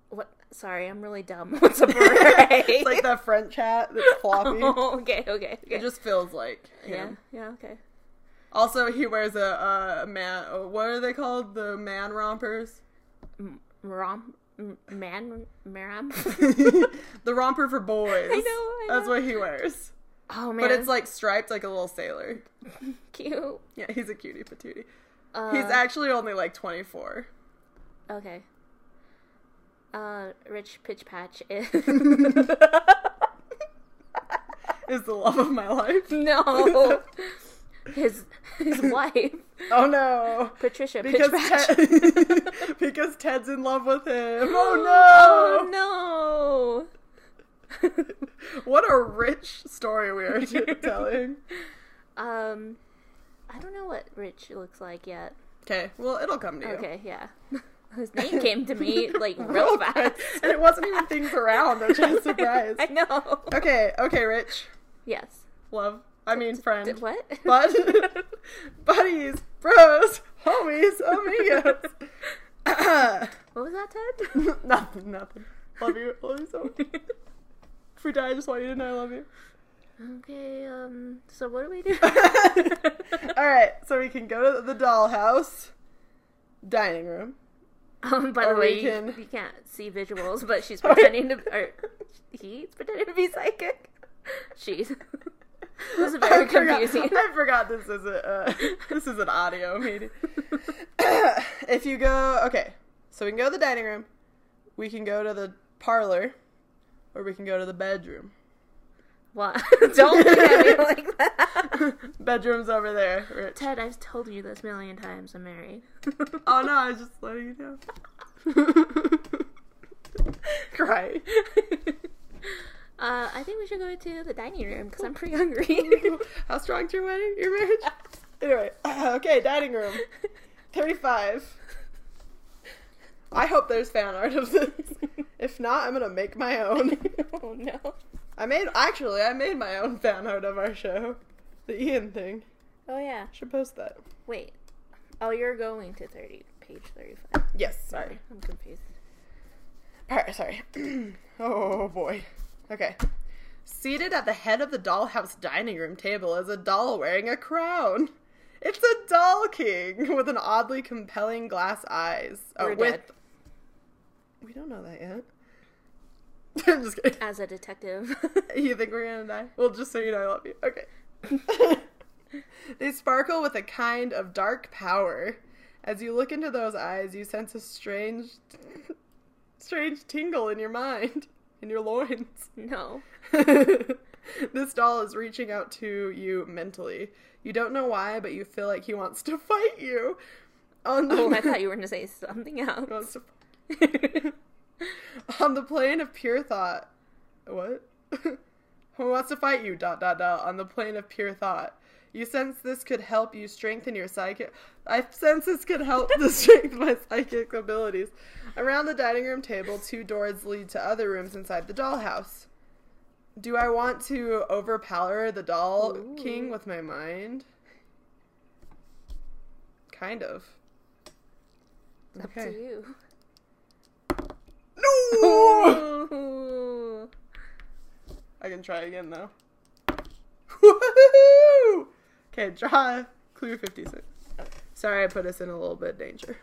Speaker 2: What? Sorry, I'm really dumb. What's a beret?
Speaker 1: It's like that French hat that's floppy.
Speaker 2: oh, okay, okay,
Speaker 1: It
Speaker 2: okay.
Speaker 1: just feels like him.
Speaker 2: yeah, yeah, okay.
Speaker 1: Also, he wears a, a man. What are they called? The man rompers.
Speaker 2: Rom, m- man, maram.
Speaker 1: the romper for boys.
Speaker 2: I know, I
Speaker 1: That's
Speaker 2: know.
Speaker 1: what he wears.
Speaker 2: Oh man,
Speaker 1: But it's like striped like a little sailor.
Speaker 2: cute.
Speaker 1: Yeah, he's a cutie patootie.
Speaker 2: Uh,
Speaker 1: He's actually only like 24.
Speaker 2: okay. Uh, Rich Pitch Patch is
Speaker 1: Is the love of my life.
Speaker 2: no. His his wife
Speaker 1: Oh no.
Speaker 2: Patricia
Speaker 1: Because,
Speaker 2: Pitch Patch.
Speaker 1: Ted- because Ted's in love with him. Oh no!
Speaker 2: Oh
Speaker 1: What a rich story we are t- telling.
Speaker 2: no! Um, I don't know what Rich looks like yet.
Speaker 1: Okay, well, it'll come to you.
Speaker 2: Okay, yeah. His name came to me like real fast.
Speaker 1: And it wasn't even things around. I'm just surprised.
Speaker 2: I know.
Speaker 1: Okay, okay, Rich.
Speaker 2: Yes.
Speaker 1: Love. I mean, friend.
Speaker 2: Did, what?
Speaker 1: Bud. Buddies, bros, homies, amigos.
Speaker 2: What was that, Ted?
Speaker 1: nothing, nothing. Love you. Love you so much. If we die, I just want you to know I love you.
Speaker 2: okay. Um. So what do we do?
Speaker 1: All right, so we can go to the dollhouse dining room.
Speaker 2: um. By
Speaker 1: Or
Speaker 2: the way,
Speaker 1: we
Speaker 2: you,
Speaker 1: can-
Speaker 2: you can't see visuals, but she's pretending to. Or he's pretending to be psychic. She's. this is very
Speaker 1: I forgot,
Speaker 2: confusing.
Speaker 1: I forgot this is a uh, this is an audio meeting. if you go, okay, so we can go to the dining room. We can go to the parlor, or we can go to the bedroom.
Speaker 2: What? Don't look at me like that.
Speaker 1: Bedroom's over there. Rich.
Speaker 2: Ted, I've told you this a million times. I'm married.
Speaker 1: Oh no, I was just letting you know. Cry.
Speaker 2: Uh, I think we should go to the dining room because I'm pretty hungry.
Speaker 1: How strong's your wedding? Your marriage? Anyway, okay, dining room. 35. I hope there's fan art of this. If not, I'm gonna make my own.
Speaker 2: oh no.
Speaker 1: I made actually I made my own fan art of our show. The Ian thing.
Speaker 2: Oh yeah.
Speaker 1: Should post that.
Speaker 2: Wait. Oh, you're going to 30, page 35.
Speaker 1: Yes, sorry.
Speaker 2: I'm confused.
Speaker 1: Alright, sorry. oh boy. Okay. Seated at the head of the dollhouse dining room table is a doll wearing a crown. It's a doll king with an oddly compelling glass eyes. Oh,
Speaker 2: We're
Speaker 1: with
Speaker 2: dead.
Speaker 1: we don't know that yet. I'm just kidding.
Speaker 2: As a detective.
Speaker 1: You think we're gonna die? Well, just so you know, I love you. Okay. they sparkle with a kind of dark power. As you look into those eyes, you sense a strange, strange tingle in your mind, in your loins.
Speaker 2: no.
Speaker 1: this doll is reaching out to you mentally. You don't know why, but you feel like he wants to fight you. On the
Speaker 2: Oh, I thought you were going to say something else.
Speaker 1: wants to on the plane of pure thought. What? who wants to fight you, dot, dot, dot, on the plane of pure thought. You sense this could help you strengthen your psychic. I sense this could help to strengthen my psychic abilities. Around the dining room table, two doors lead to other rooms inside the dollhouse. Do I want to overpower the doll
Speaker 2: Ooh.
Speaker 1: king with my mind? Kind of.
Speaker 2: It's up to you.
Speaker 1: No!
Speaker 2: Ooh.
Speaker 1: I can try again though. Woohoo! Okay, draw clue 56. Sorry, I put us in a little bit of danger.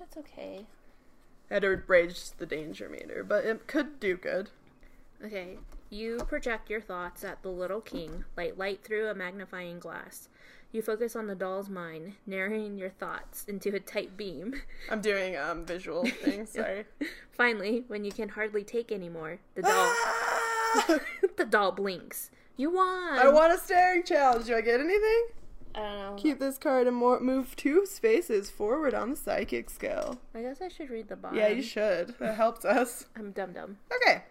Speaker 2: That's okay.
Speaker 1: I had to rage the danger meter, but it could do good.
Speaker 2: Okay. You project your thoughts at the little king like light through a magnifying glass. You focus on the doll's mind, narrowing your thoughts into a tight beam.
Speaker 1: I'm doing um visual things. Sorry.
Speaker 2: Finally, when you can hardly take anymore, the doll the doll blinks. You won.
Speaker 1: I want a staring challenge. Do I get anything?
Speaker 2: I don't know.
Speaker 1: Keep this card and mo- move two spaces forward on the psychic scale.
Speaker 2: I guess I should read the bottom.
Speaker 1: Yeah, you should. That helps us.
Speaker 2: I'm dumb dumb.
Speaker 1: Okay.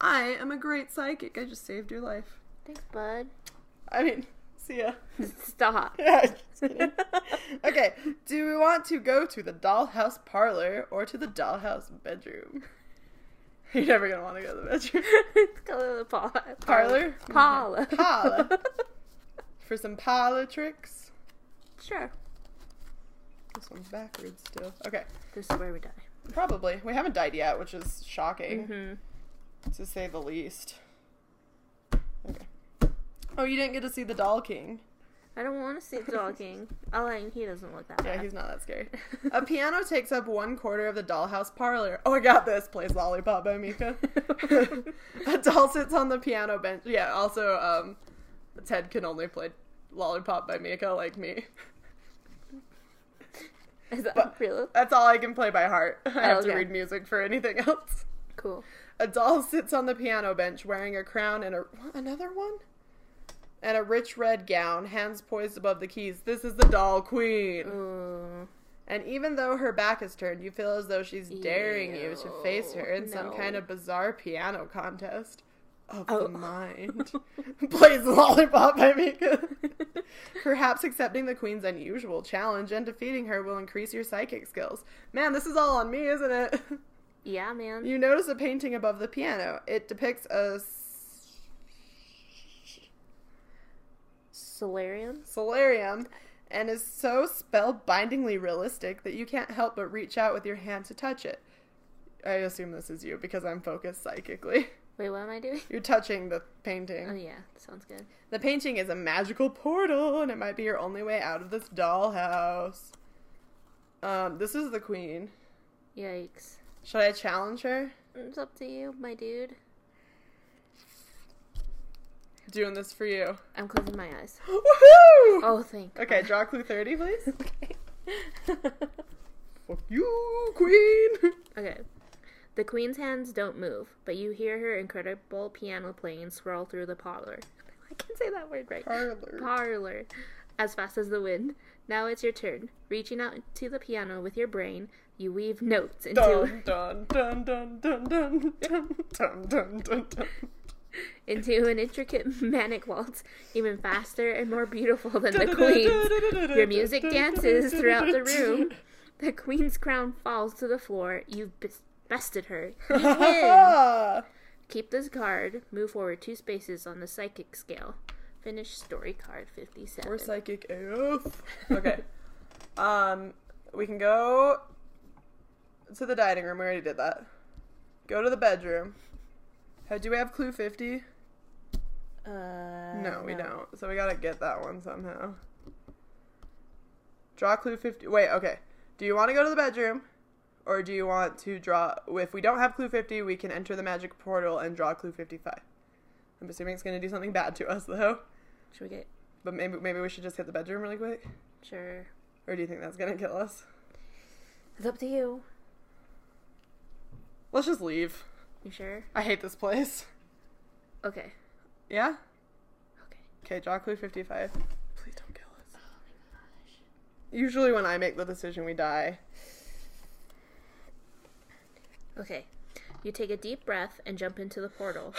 Speaker 1: I am a great psychic. I just saved your life.
Speaker 2: Thanks, bud.
Speaker 1: I mean, see ya.
Speaker 2: Stop.
Speaker 1: Yeah, just kidding. okay, do we want to go to the dollhouse parlor or to the dollhouse bedroom? You're never gonna want to go to the bedroom
Speaker 2: Let's go to the pa-
Speaker 1: Parlor?
Speaker 2: Parlor.
Speaker 1: Parlor. for some parlor tricks.
Speaker 2: sure.
Speaker 1: This one's backwards still. Okay,
Speaker 2: This is where we die.
Speaker 1: probably. We haven't died yet, which is shocking
Speaker 2: Mm-hmm.
Speaker 1: to say the least. Okay. Oh, you didn't get to see the doll king.
Speaker 2: I don't want to see the doll king. Oh, and he doesn't look that
Speaker 1: Yeah,
Speaker 2: bad.
Speaker 1: he's not that scary. A piano takes up one quarter of the dollhouse parlor. Oh, I got this. Plays Lollipop by Mika. a doll sits on the piano bench. Yeah, also, um, Ted can only play Lollipop by Mika like me.
Speaker 2: Is that
Speaker 1: But-
Speaker 2: real?
Speaker 1: That's all I can play by heart. I have to
Speaker 2: okay.
Speaker 1: read music for anything else.
Speaker 2: Cool.
Speaker 1: A doll sits on the piano bench wearing a crown and a. What, another one? And a rich red gown, hands poised above the keys. This is the doll queen.
Speaker 2: Ooh.
Speaker 1: And even though her back is turned, you feel as though she's daring you to face her in some
Speaker 2: no.
Speaker 1: kind of bizarre piano contest of
Speaker 2: Oh.
Speaker 1: the mind. Plays Lollipop by Mika. Perhaps accepting the queen's unusual challenge and defeating her will increase your psychic skills. Man, this is all on me, isn't it?
Speaker 2: Yeah, man.
Speaker 1: You notice a painting above the piano. It depicts a s-
Speaker 2: Solarium.
Speaker 1: solarium and is so spellbindingly realistic that you can't help but reach out with your hand to touch it. I assume this is you because I'm focused psychically.
Speaker 2: Wait, what am I doing?
Speaker 1: You're touching the
Speaker 2: Oh
Speaker 1: painting.
Speaker 2: yeah, sounds good.
Speaker 1: The painting is a magical portal and it might be your only way out of this dollhouse. Um, this is the queen.
Speaker 2: Yikes.
Speaker 1: Should I challenge her?
Speaker 2: It's up to you, my dude.
Speaker 1: Doing this for you.
Speaker 2: I'm closing my eyes.
Speaker 1: Woohoo!
Speaker 2: Oh, thank.
Speaker 1: Okay, draw clue 30, please.
Speaker 2: okay.
Speaker 1: Fuck you, queen!
Speaker 2: okay. The queen's hands don't move, but you hear her incredible piano playing swirl through the parlor. I can say that word right.
Speaker 1: Parlor.
Speaker 2: parlor as fast as the wind. Now it's your turn. Reaching out to the piano with your brain, you weave notes into
Speaker 1: dun dun dun dun dun dun dun dun dun dun dun.
Speaker 2: into an intricate manic waltz, even faster and more beautiful than the queen's. Your music dances throughout the room. The queen's crown falls to the floor. You've bes- bested her. You win. Keep this card. Move forward two spaces on the psychic scale. Finish story card
Speaker 1: We're
Speaker 2: 57.
Speaker 1: psychic AF. Okay. Um, we can go to the dining room. We already did that. Go to the bedroom. How- Do we have clue 50?
Speaker 2: uh,
Speaker 1: No, we don't. So we gotta get that one somehow. Draw clue 50. Wait, okay. Do you want to go to the bedroom? Or do you want to draw. If we don't have clue 50, we can enter the magic portal and draw clue 55. I'm assuming it's gonna do something bad to us, though.
Speaker 2: Should we get.
Speaker 1: But maybe, maybe we should just hit the bedroom really quick?
Speaker 2: Sure.
Speaker 1: Or do you think that's gonna kill us?
Speaker 2: It's up to you.
Speaker 1: Let's just leave.
Speaker 2: You sure?
Speaker 1: I hate this place.
Speaker 2: Okay.
Speaker 1: Yeah?
Speaker 2: Okay.
Speaker 1: Okay, draw clue 55. Please don't kill us. Usually, when I make the decision, we die.
Speaker 2: Okay. You take a deep breath and jump into the portal.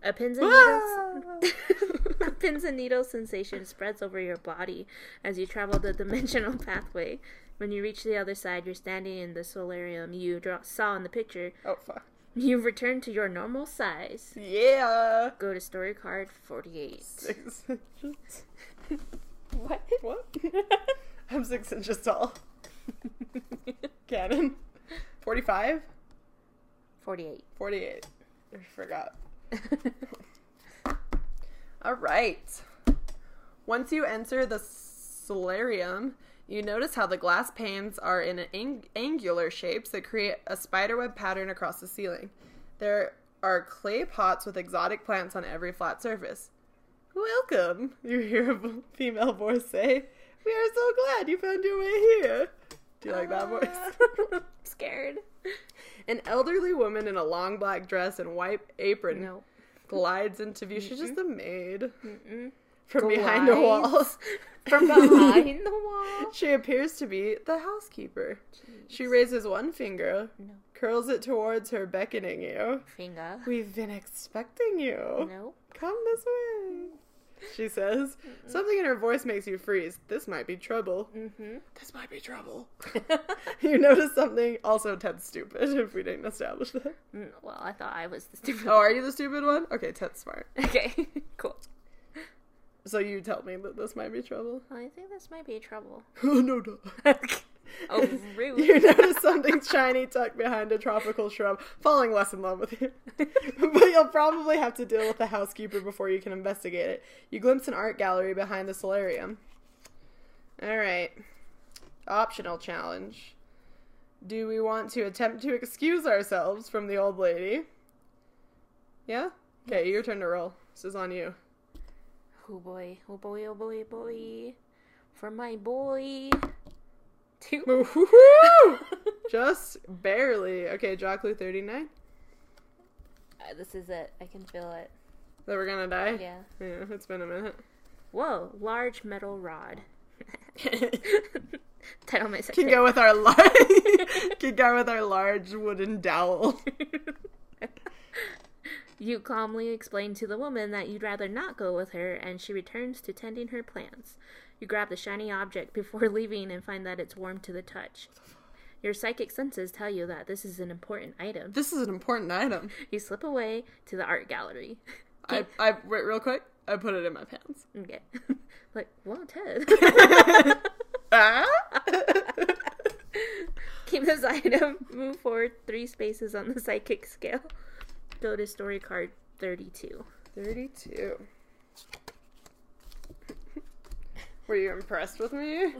Speaker 2: A pins and needles.
Speaker 1: Ah!
Speaker 2: a pins and needles sensation spreads over your body as you travel the dimensional pathway. When you reach the other side, you're standing in the solarium you draw- saw in the picture.
Speaker 1: oh fuck.
Speaker 2: You've returned to your normal size.
Speaker 1: Yeah.
Speaker 2: Go to story card 48.
Speaker 1: Six inches.
Speaker 2: What?
Speaker 1: What? I'm six inches tall. Cannon. 45?
Speaker 2: 48.
Speaker 1: 48. I forgot. All right. Once you enter the solarium, you notice how the glass panes are in an ang- angular shapes that create a spiderweb pattern across the ceiling. There are clay pots with exotic plants on every flat surface. Welcome, you hear a v- female voice say. We are so glad you found your way here. Do you like that voice?
Speaker 2: I'm scared.
Speaker 1: An elderly woman in a long black dress and white apron
Speaker 2: No.
Speaker 1: glides into view. She's just a maid
Speaker 2: Mm-mm.
Speaker 1: from behind the
Speaker 2: Glides?
Speaker 1: walls.
Speaker 2: From behind the wall.
Speaker 1: she appears to be the housekeeper. She raises one finger,
Speaker 2: No.
Speaker 1: curls it towards her, beckoning you.
Speaker 2: Finger.
Speaker 1: We've been expecting you.
Speaker 2: No.
Speaker 1: Come this way. She says. Something in her voice makes you freeze. This might be trouble.
Speaker 2: Mm-hmm.
Speaker 1: This might be trouble. you notice something also Ted's stupid, if we didn't establish that.
Speaker 2: Mm, well, I thought I was the stupid
Speaker 1: Oh, are you the stupid one? Okay, Ted's smart.
Speaker 2: Okay, cool.
Speaker 1: So you tell me that this might be trouble.
Speaker 2: I think this might be trouble.
Speaker 1: oh no, no.
Speaker 2: Oh, rude.
Speaker 1: You notice something shiny tucked behind a tropical shrub, falling less in love with you. but you'll probably have to deal with the housekeeper before you can investigate it. You glimpse an art gallery behind the solarium. Alright. Optional challenge. Do we want to attempt to excuse ourselves from the old lady? Yeah? Okay, your turn to roll. This is on you.
Speaker 2: Oh boy, oh boy, oh boy, boy. For my boy. Two.
Speaker 1: Woo-hoo-hoo! Just barely. Okay, Jocklu 39.
Speaker 2: Uh, this is it. I can feel it.
Speaker 1: That we're gonna die?
Speaker 2: Yeah.
Speaker 1: Yeah, it's been a minute.
Speaker 2: Whoa, large metal rod. Title my
Speaker 1: Can
Speaker 2: section.
Speaker 1: go with our large, can go with our large wooden dowel.
Speaker 2: You calmly explain to the woman that you'd rather not go with her, and she returns to tending her plants. You grab the shiny object before leaving and find that it's warm to the touch. Your psychic senses tell you that this is an important item.
Speaker 1: This is an important item.
Speaker 2: You slip away to the art gallery.
Speaker 1: I, I wait, real quick. I put it in my pants.
Speaker 2: Okay. like, whoa, Ted.
Speaker 1: Ah!
Speaker 2: Keep this item. Move forward three spaces on the psychic scale. Go to story card 32.
Speaker 1: Thirty-two. Were you impressed with me?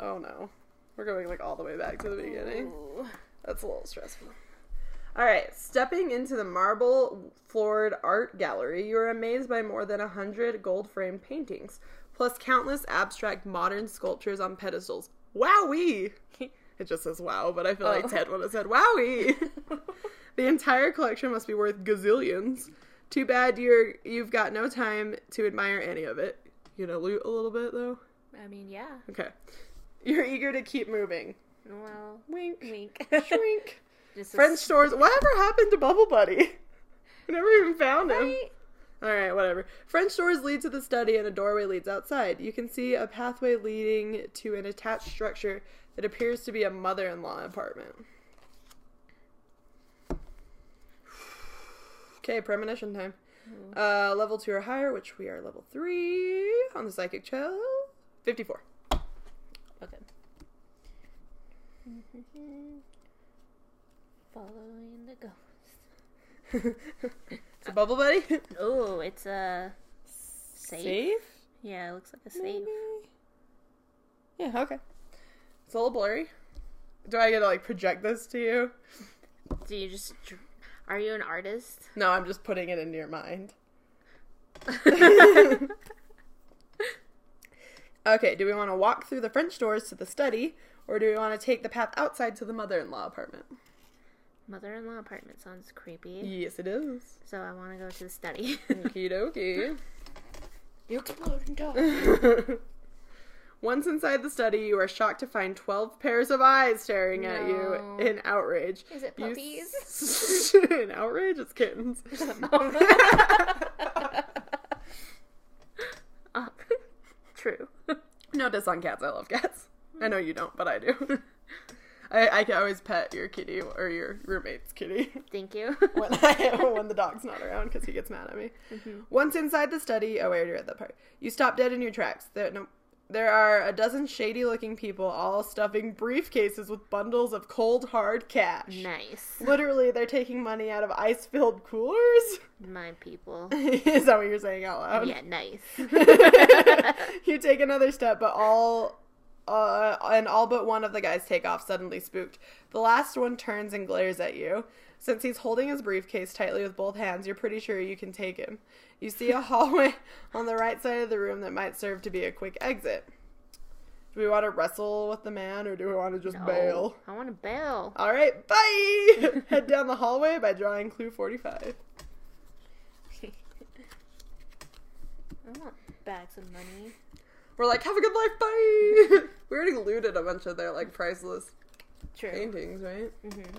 Speaker 1: Oh no, we're going like all the way back to the beginning. That's a little stressful. All right, stepping into the marble floored art gallery, you are amazed by more than a hundred gold framed paintings, plus countless abstract modern sculptures on pedestals. Wowee! It just says wow, but I feel
Speaker 2: Oh.
Speaker 1: like Ted would have said wowie. the entire collection must be worth gazillions. Too bad you're you've got no time to admire any of it. You gonna loot a little bit though.
Speaker 2: I mean, yeah.
Speaker 1: Okay, you're eager to keep moving.
Speaker 2: Well,
Speaker 1: Wink,
Speaker 2: wink.
Speaker 1: Shrink.
Speaker 2: Just a
Speaker 1: French stores. Whatever happened to Bubble Buddy? We never even found him.
Speaker 2: Right?
Speaker 1: All right, whatever. French doors lead to the study, and a doorway leads outside. You can see a pathway leading to an attached structure that appears to be a mother-in-law apartment. Okay, premonition time.
Speaker 2: Hmm.
Speaker 1: Uh, level two or higher, which we are level three on the psychic chill. Fifty-four.
Speaker 2: Okay. Following the ghost.
Speaker 1: It's a Bubble Buddy.
Speaker 2: Oh, it's a Ah. safe.
Speaker 1: Safe.
Speaker 2: Yeah, it looks like a safe.
Speaker 1: Maybe. Yeah, okay. It's a little blurry. Do I get to like project this to you?
Speaker 2: Do you just? dr- Are you an artist?
Speaker 1: No, I'm just putting it into your mind. Okay, do we want to walk through the French doors to the study, or do we want to take the path outside to the mother in law apartment?
Speaker 2: Mother-in-law apartment sounds creepy.
Speaker 1: Yes, it is.
Speaker 2: So I want to go to the study.
Speaker 1: Okie dokie.
Speaker 2: you exploding dog.
Speaker 1: We're Once inside the study, you are shocked to find 12 pairs of eyes staring at
Speaker 2: No.
Speaker 1: you in outrage.
Speaker 4: Is it
Speaker 1: You
Speaker 4: puppies?
Speaker 1: s- in outrage, it's kittens.
Speaker 2: Uh, true.
Speaker 1: no diss on cats. I love cats. I know you don't, but I do. I, I can always pet your kitty or your roommate's kitty.
Speaker 2: Thank you.
Speaker 1: when I when the dog's not around because he gets mad at me. Once inside the study, oh, I already read that part. You stop dead in your tracks. There, no, there are a dozen shady-looking people all stuffing briefcases with bundles of cold hard cash.
Speaker 2: nice.
Speaker 1: Literally, they're taking money out of ice-filled coolers.
Speaker 2: My people.
Speaker 1: Is that what you're saying out loud?
Speaker 2: Yeah, nice.
Speaker 1: you take another step, but all. Uh, and all but one of the guys take off, suddenly spooked. The last one turns and glares at you. Since he's holding his briefcase tightly with both hands, you're pretty sure you can take him. You see a hallway on the right side of the room that might serve to be a quick exit. Do we want to wrestle with the man or do we want to just
Speaker 2: No,
Speaker 1: bail?
Speaker 2: Oh, I want to bail.
Speaker 1: All right, bye! Head down the hallway by drawing clue 45.
Speaker 2: I want bags of money.
Speaker 1: We're like, have a good life, bye! we already looted a bunch of their, like, priceless
Speaker 2: True.
Speaker 1: paintings, right?
Speaker 2: Mhm.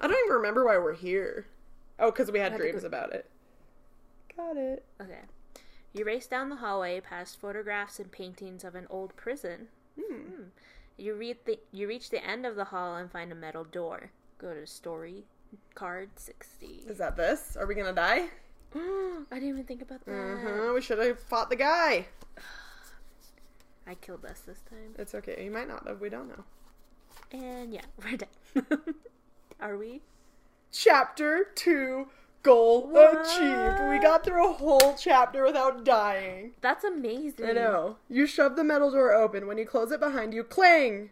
Speaker 1: I don't even remember why we're here. Oh, because we had
Speaker 2: I think
Speaker 1: dreams
Speaker 2: we-
Speaker 1: about it. Got it.
Speaker 2: Okay. You race down the hallway past photographs and paintings of an old prison. Hmm. You read the you reach the end of the hall and find a metal door. Go to story card 60.
Speaker 1: Is that this? Are we gonna die?
Speaker 2: I didn't even think about that. Mm-hmm.
Speaker 1: Uh-huh, we should have fought the guy.
Speaker 2: I killed us this time.
Speaker 1: It's okay. He might not have. We don't know.
Speaker 2: And yeah, we're done. Are we?
Speaker 1: Chapter two. Goal achieved. We got through a whole chapter without dying.
Speaker 2: That's amazing.
Speaker 1: I know. You shove the metal door open. When you close it behind you, clang.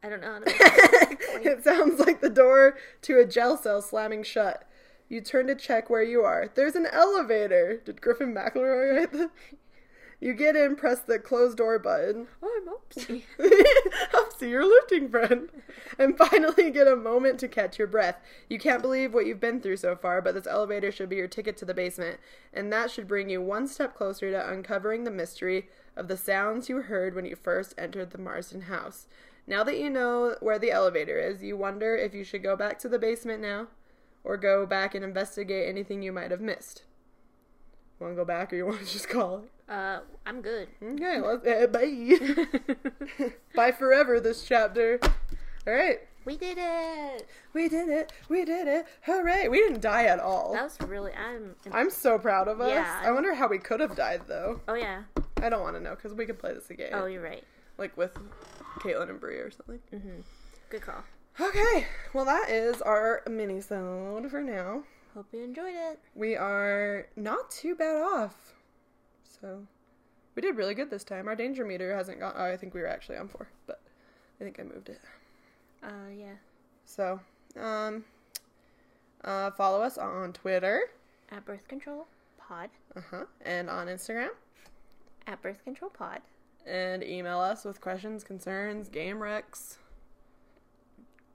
Speaker 2: I don't know. How to...
Speaker 1: it sounds like the door to a jail cell slamming shut. You turn to check where you are. There's an elevator. Did Griffin McElroy write that? You get in, press the closed door button.
Speaker 2: oh, I'm oopsie.
Speaker 1: I'll see your lifting friend. And finally get a moment to catch your breath. You can't believe what you've been through so far, but this elevator should be your ticket to the basement. And that should bring you one step closer to uncovering the mystery of the sounds you heard when you first entered the Marsden house. Now that you know where the elevator is, you wonder if you should go back to the basement now or go back and investigate anything you might have missed. Want to go back or you want to just call it?
Speaker 2: uh, I'm good.
Speaker 1: Okay, let's, eh, bye. Bye forever, this chapter. All right.
Speaker 2: we did it.
Speaker 1: We did it. We did it. Hooray. We didn't die at all.
Speaker 2: That was really. I'm.
Speaker 1: I'm so proud of us.
Speaker 2: Yeah.
Speaker 1: I wonder how we could have died, though.
Speaker 2: Oh yeah.
Speaker 1: I don't want to know because we could play this again.
Speaker 2: Oh, you're right. Mm-hmm.
Speaker 1: Like with Caitlin and Brie or something.
Speaker 2: Good call.
Speaker 1: Okay. Well, that is our mini for now.
Speaker 2: Hope you enjoyed it.
Speaker 1: We are not too bad off. So we did really good this time. Our danger meter hasn't gone. Oh, I think we were actually on four, but I think I moved it.
Speaker 2: Uh, yeah.
Speaker 1: So, um, uh, follow us on Twitter,
Speaker 2: At birth control pod.
Speaker 1: uh huh, and on Instagram,
Speaker 2: At birth control pod.
Speaker 1: and email us with questions, concerns, game wrecks,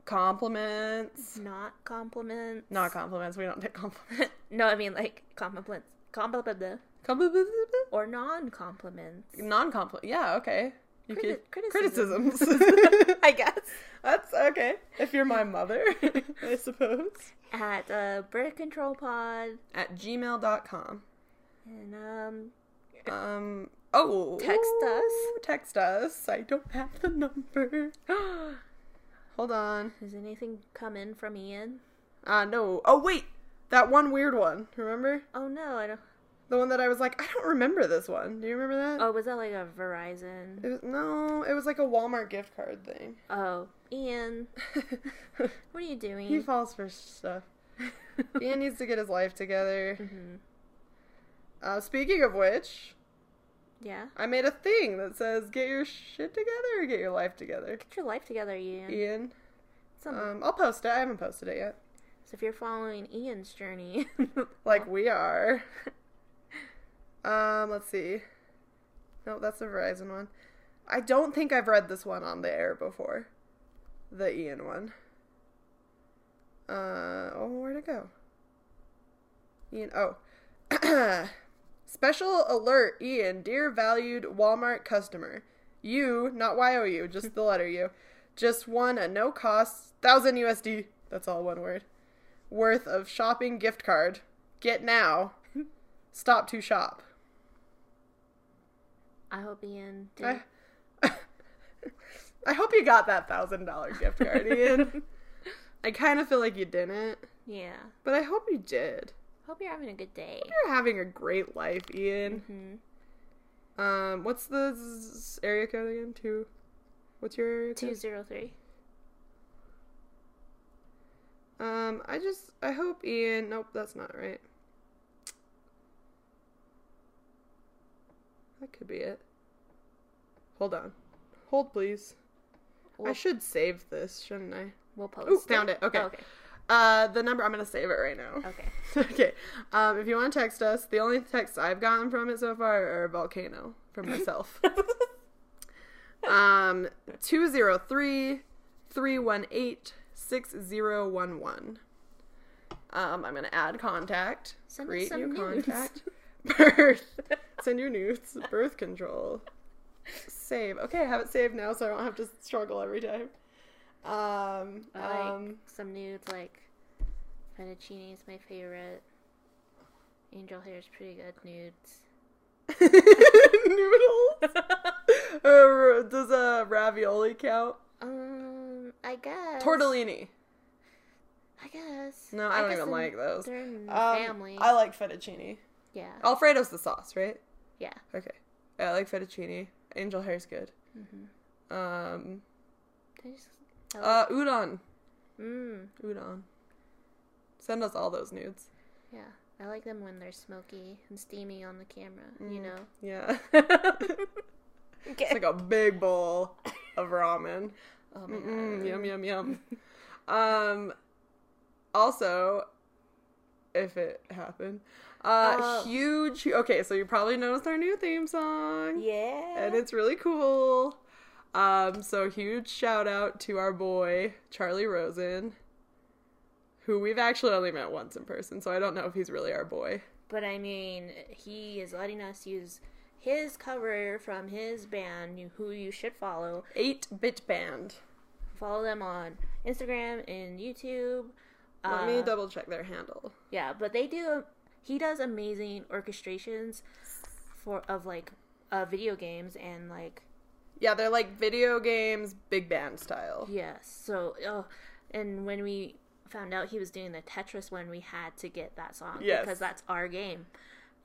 Speaker 1: compliments.
Speaker 2: Not compliments.
Speaker 1: Not compliments. We don't take compliments.
Speaker 2: No, I mean like compliments. Compliment
Speaker 1: Compliments.
Speaker 2: or non compliments.
Speaker 1: Non compliment. Yeah. Okay. You
Speaker 2: Criti-
Speaker 1: could
Speaker 2: criticism.
Speaker 1: criticisms.
Speaker 2: I guess.
Speaker 1: That's okay. If you're my mother, I suppose.
Speaker 2: At uh, birth control pod
Speaker 1: At gmail.com.
Speaker 2: and um
Speaker 1: Um. Oh.
Speaker 2: Text us.
Speaker 1: Text us. I don't have the number. Hold on.
Speaker 2: Is anything coming from Ian?
Speaker 1: Uh, no. Oh, wait. That one weird one. Remember?
Speaker 2: Oh no, I don't.
Speaker 1: The one that I was like, I don't remember this one. Do you remember that?
Speaker 2: Oh, was that like a Verizon?
Speaker 1: It was, no, it was like a Walmart gift card thing.
Speaker 2: Oh, Ian, what are you
Speaker 1: he
Speaker 2: doing?
Speaker 1: falls for stuff. Ian needs to get his life together.
Speaker 2: Mm-hmm.
Speaker 1: Uh, speaking of which,
Speaker 2: yeah,
Speaker 1: I made a thing that says get your shit together or get your life together.
Speaker 2: get your life together, Ian.
Speaker 1: Ian.
Speaker 2: Some-
Speaker 1: Um, I'll post it. I haven't posted it yet.
Speaker 2: so if you're following Ian's journey,
Speaker 1: Like we are. Um, let's see. No, that's the Verizon one. I don't think I've read this one on the air before. The Ian one. Uh, oh, where'd it go? Ian, oh. Special alert, Ian, dear valued Walmart customer. You, not YOU, just the letter U, just won a no cost 1000 USD, that's all one word, worth of shopping gift card. Get now. Stop to shop.
Speaker 2: I hope Ian did.
Speaker 1: I, I hope you got that $1,000 gift card, Ian. I kind of feel like you didn't,
Speaker 2: yeah.
Speaker 1: but I hope you did.
Speaker 2: Hope you're having a good day.
Speaker 1: You're having a great life, Ian.
Speaker 2: Mhm.
Speaker 1: Um, what's the z- area code again? Two. What's your area code?
Speaker 2: 203.
Speaker 1: Um, I just I hope Ian. Nope, that's not right. That could be it. Hold on. Hold please. I
Speaker 2: Well-
Speaker 1: should save this, shouldn't I?
Speaker 2: We'll post.
Speaker 1: Ooh, found it. Okay.
Speaker 2: Oh, okay.
Speaker 1: Uh, the number I'm gonna save it right now.
Speaker 2: Okay.
Speaker 1: okay. Um, if you want to text us, the only texts I've gotten from it so far are volcano from myself. um, 203 318 6011. Um, I'm going to add contact.
Speaker 2: Send us
Speaker 1: create
Speaker 2: some
Speaker 1: new
Speaker 2: nudes.
Speaker 1: contact. Birth. Send your nudes. Birth control. Save. Okay, I have it saved now so I don't have to struggle every time. Um,
Speaker 2: I like
Speaker 1: um,
Speaker 2: some nudes, like fettuccine is my favorite. Angel hair is pretty good nudes.
Speaker 1: noodles. Uh, does a uh, ravioli count?
Speaker 2: Um, I guess.
Speaker 1: Tortellini.
Speaker 2: I guess.
Speaker 1: No, I don't
Speaker 2: guess
Speaker 1: even
Speaker 2: in-
Speaker 1: like those.
Speaker 2: They're in
Speaker 1: Um,
Speaker 2: family.
Speaker 1: I Oh. like fettuccine.
Speaker 2: yeah.
Speaker 1: Alfredo's the sauce, right?
Speaker 2: Yeah.
Speaker 1: Okay. Yeah, I like fettuccine. Angel hair's good.
Speaker 2: Mhm.
Speaker 1: Um,
Speaker 2: I just. I like-
Speaker 1: uh, udon.
Speaker 2: mm,
Speaker 1: Udon. Send us all those nudes.
Speaker 2: yeah. I like them when they're smoky and steamy on the camera. You
Speaker 1: Mm.
Speaker 2: know.
Speaker 1: Yeah.
Speaker 2: Okay.
Speaker 1: It's like a big bowl of ramen.
Speaker 2: oh my
Speaker 1: Mm-mm,
Speaker 2: god.
Speaker 1: yum yum yum. um, also, if it happened, uh,
Speaker 2: Oh.
Speaker 1: huge. hu- Okay, so you probably noticed our new theme song,
Speaker 2: Yeah.
Speaker 1: and it's really cool. Um, so huge shout out to our boy Charlie Rosen, who we've actually only met once in person, so I don't know if he's really our boy.
Speaker 2: But I mean, he is letting us use his cover from his band, who you should follow.
Speaker 1: Eight Bit Band.
Speaker 2: Follow them on Instagram and YouTube.
Speaker 1: Let
Speaker 2: Uh,
Speaker 1: me double check their handle.
Speaker 2: yeah, but they do. He does amazing orchestrations for of like uh, video games and like
Speaker 1: Yeah, they're like video games, big band style.
Speaker 2: yes. So oh, and when we found out he was doing the Tetris one, we had to get that song
Speaker 1: Yes.
Speaker 2: because that's our game.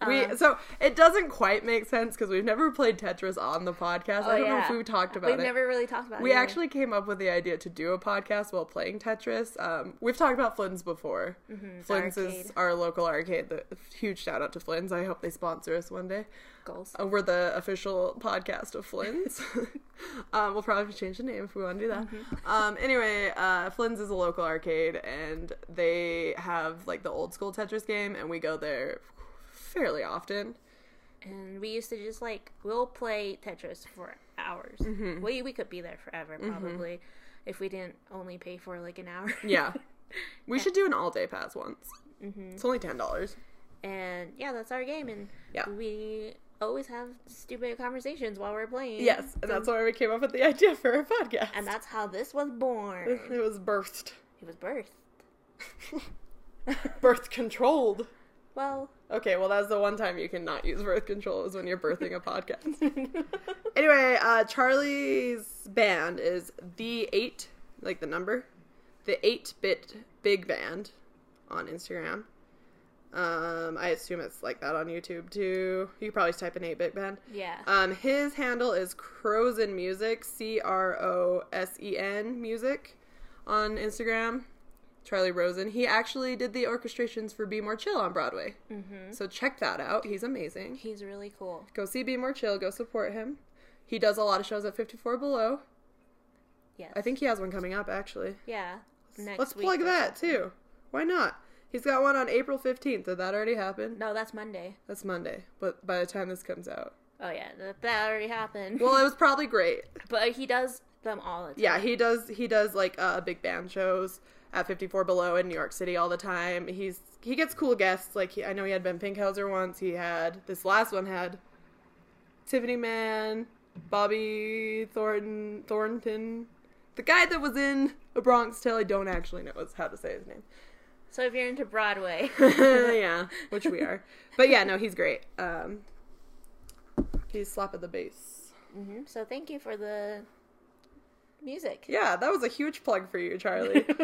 Speaker 1: We so it doesn't quite make sense because we've never played Tetris on the podcast. I don't know if
Speaker 2: Oh, yeah.
Speaker 1: we talked about
Speaker 2: We've
Speaker 1: it.
Speaker 2: never really talked about.
Speaker 1: we
Speaker 2: it, yeah.
Speaker 1: actually came up with the idea to do a podcast while playing Tetris. Um, we've talked about Flynn's before. Flynn's is
Speaker 2: Mm-hmm. arcade.
Speaker 1: our local arcade. The, huge shout out to Flynn's. I hope they sponsor us one day.
Speaker 2: goals.
Speaker 1: Uh, we're the official podcast of Flynn's. um, we'll probably change the name if we want to do that. Um, anyway, uh, Flynn's is a local arcade, and they have like the old school Tetris game, and we go there fairly often.
Speaker 2: and we used to just like we'll play Tetris for hours.
Speaker 1: Mm-hmm.
Speaker 2: We we could be there forever probably if we didn't only pay for like an hour.
Speaker 1: Yeah. Mm-hmm. We should do an all day pass once. It's only ten dollars.
Speaker 2: and yeah, that's our game, and
Speaker 1: Yeah.
Speaker 2: we always have stupid conversations while we're playing.
Speaker 1: Yes, and that's why we came up with the idea for our podcast.
Speaker 2: and that's how this was born.
Speaker 1: it was birthed,
Speaker 2: It was birthed.
Speaker 1: birth controlled.
Speaker 2: Well,
Speaker 1: Okay, well that's the one time you cannot use birth control is when you're birthing a podcast. anyway, uh, Charlie's band is the eight, like the number, the eight bit big band on Instagram. Um, I assume it's like that on YouTube too. You could probably type in eight bit band.
Speaker 2: yeah,
Speaker 1: Um, his handle is Crozen Music, C R O S E N Music, on Instagram. Charlie Rosen. He actually did the orchestrations for Be More Chill on Broadway. Mm-hmm. So check that out. He's amazing.
Speaker 2: he's really cool.
Speaker 1: Go see Be More Chill. Go support him. He does a lot of shows at 54 Below.
Speaker 2: Yes,
Speaker 1: I think he has one coming up, actually.
Speaker 2: yeah. Next
Speaker 1: Let's
Speaker 2: week
Speaker 1: plug
Speaker 2: or
Speaker 1: that,
Speaker 2: something.
Speaker 1: too. Why not? He's got one on April 15th. Did that already happen?
Speaker 2: No, that's Monday.
Speaker 1: That's Monday, but by the time this comes out.
Speaker 2: Oh yeah, that, that already happened.
Speaker 1: Well, it was probably great.
Speaker 2: but he does them all the time.
Speaker 1: yeah he does he does like uh big band shows at 54 Below in New York City all the time. He's he gets cool guests. Like he, I know he had Ben Pinkhauser once. He had this last one had Tiffany Mann, Bobby Thornton, Thornton, the guy that was in A Bronx Tale. I don't actually know how to say his name.
Speaker 2: So if you're into Broadway,
Speaker 1: yeah, which we are. But yeah, no, he's great. Um, he's slap at the bass.
Speaker 2: Mhm. so thank you for the music.
Speaker 1: Mm-hmm. Yeah, that was a huge plug for you, Charlie.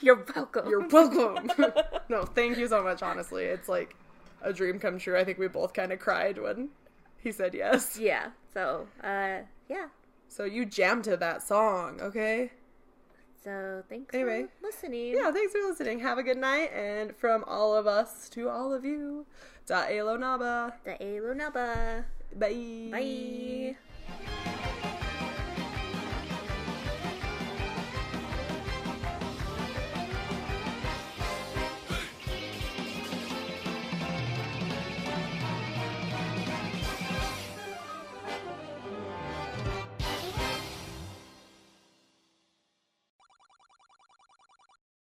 Speaker 2: You're welcome.
Speaker 1: You're welcome. no, thank you so much. Honestly, it's like a dream come true. I think we both kind of cried when he said yes.
Speaker 2: yeah. So uh, yeah.
Speaker 1: So you jammed to that song, okay?
Speaker 2: So thanks
Speaker 1: Anyway.
Speaker 2: for listening.
Speaker 1: Yeah, thanks for listening. Have a good night, and from all of us to all of you, da elo naba.
Speaker 2: The Elonaba.
Speaker 1: Bye.
Speaker 2: Bye.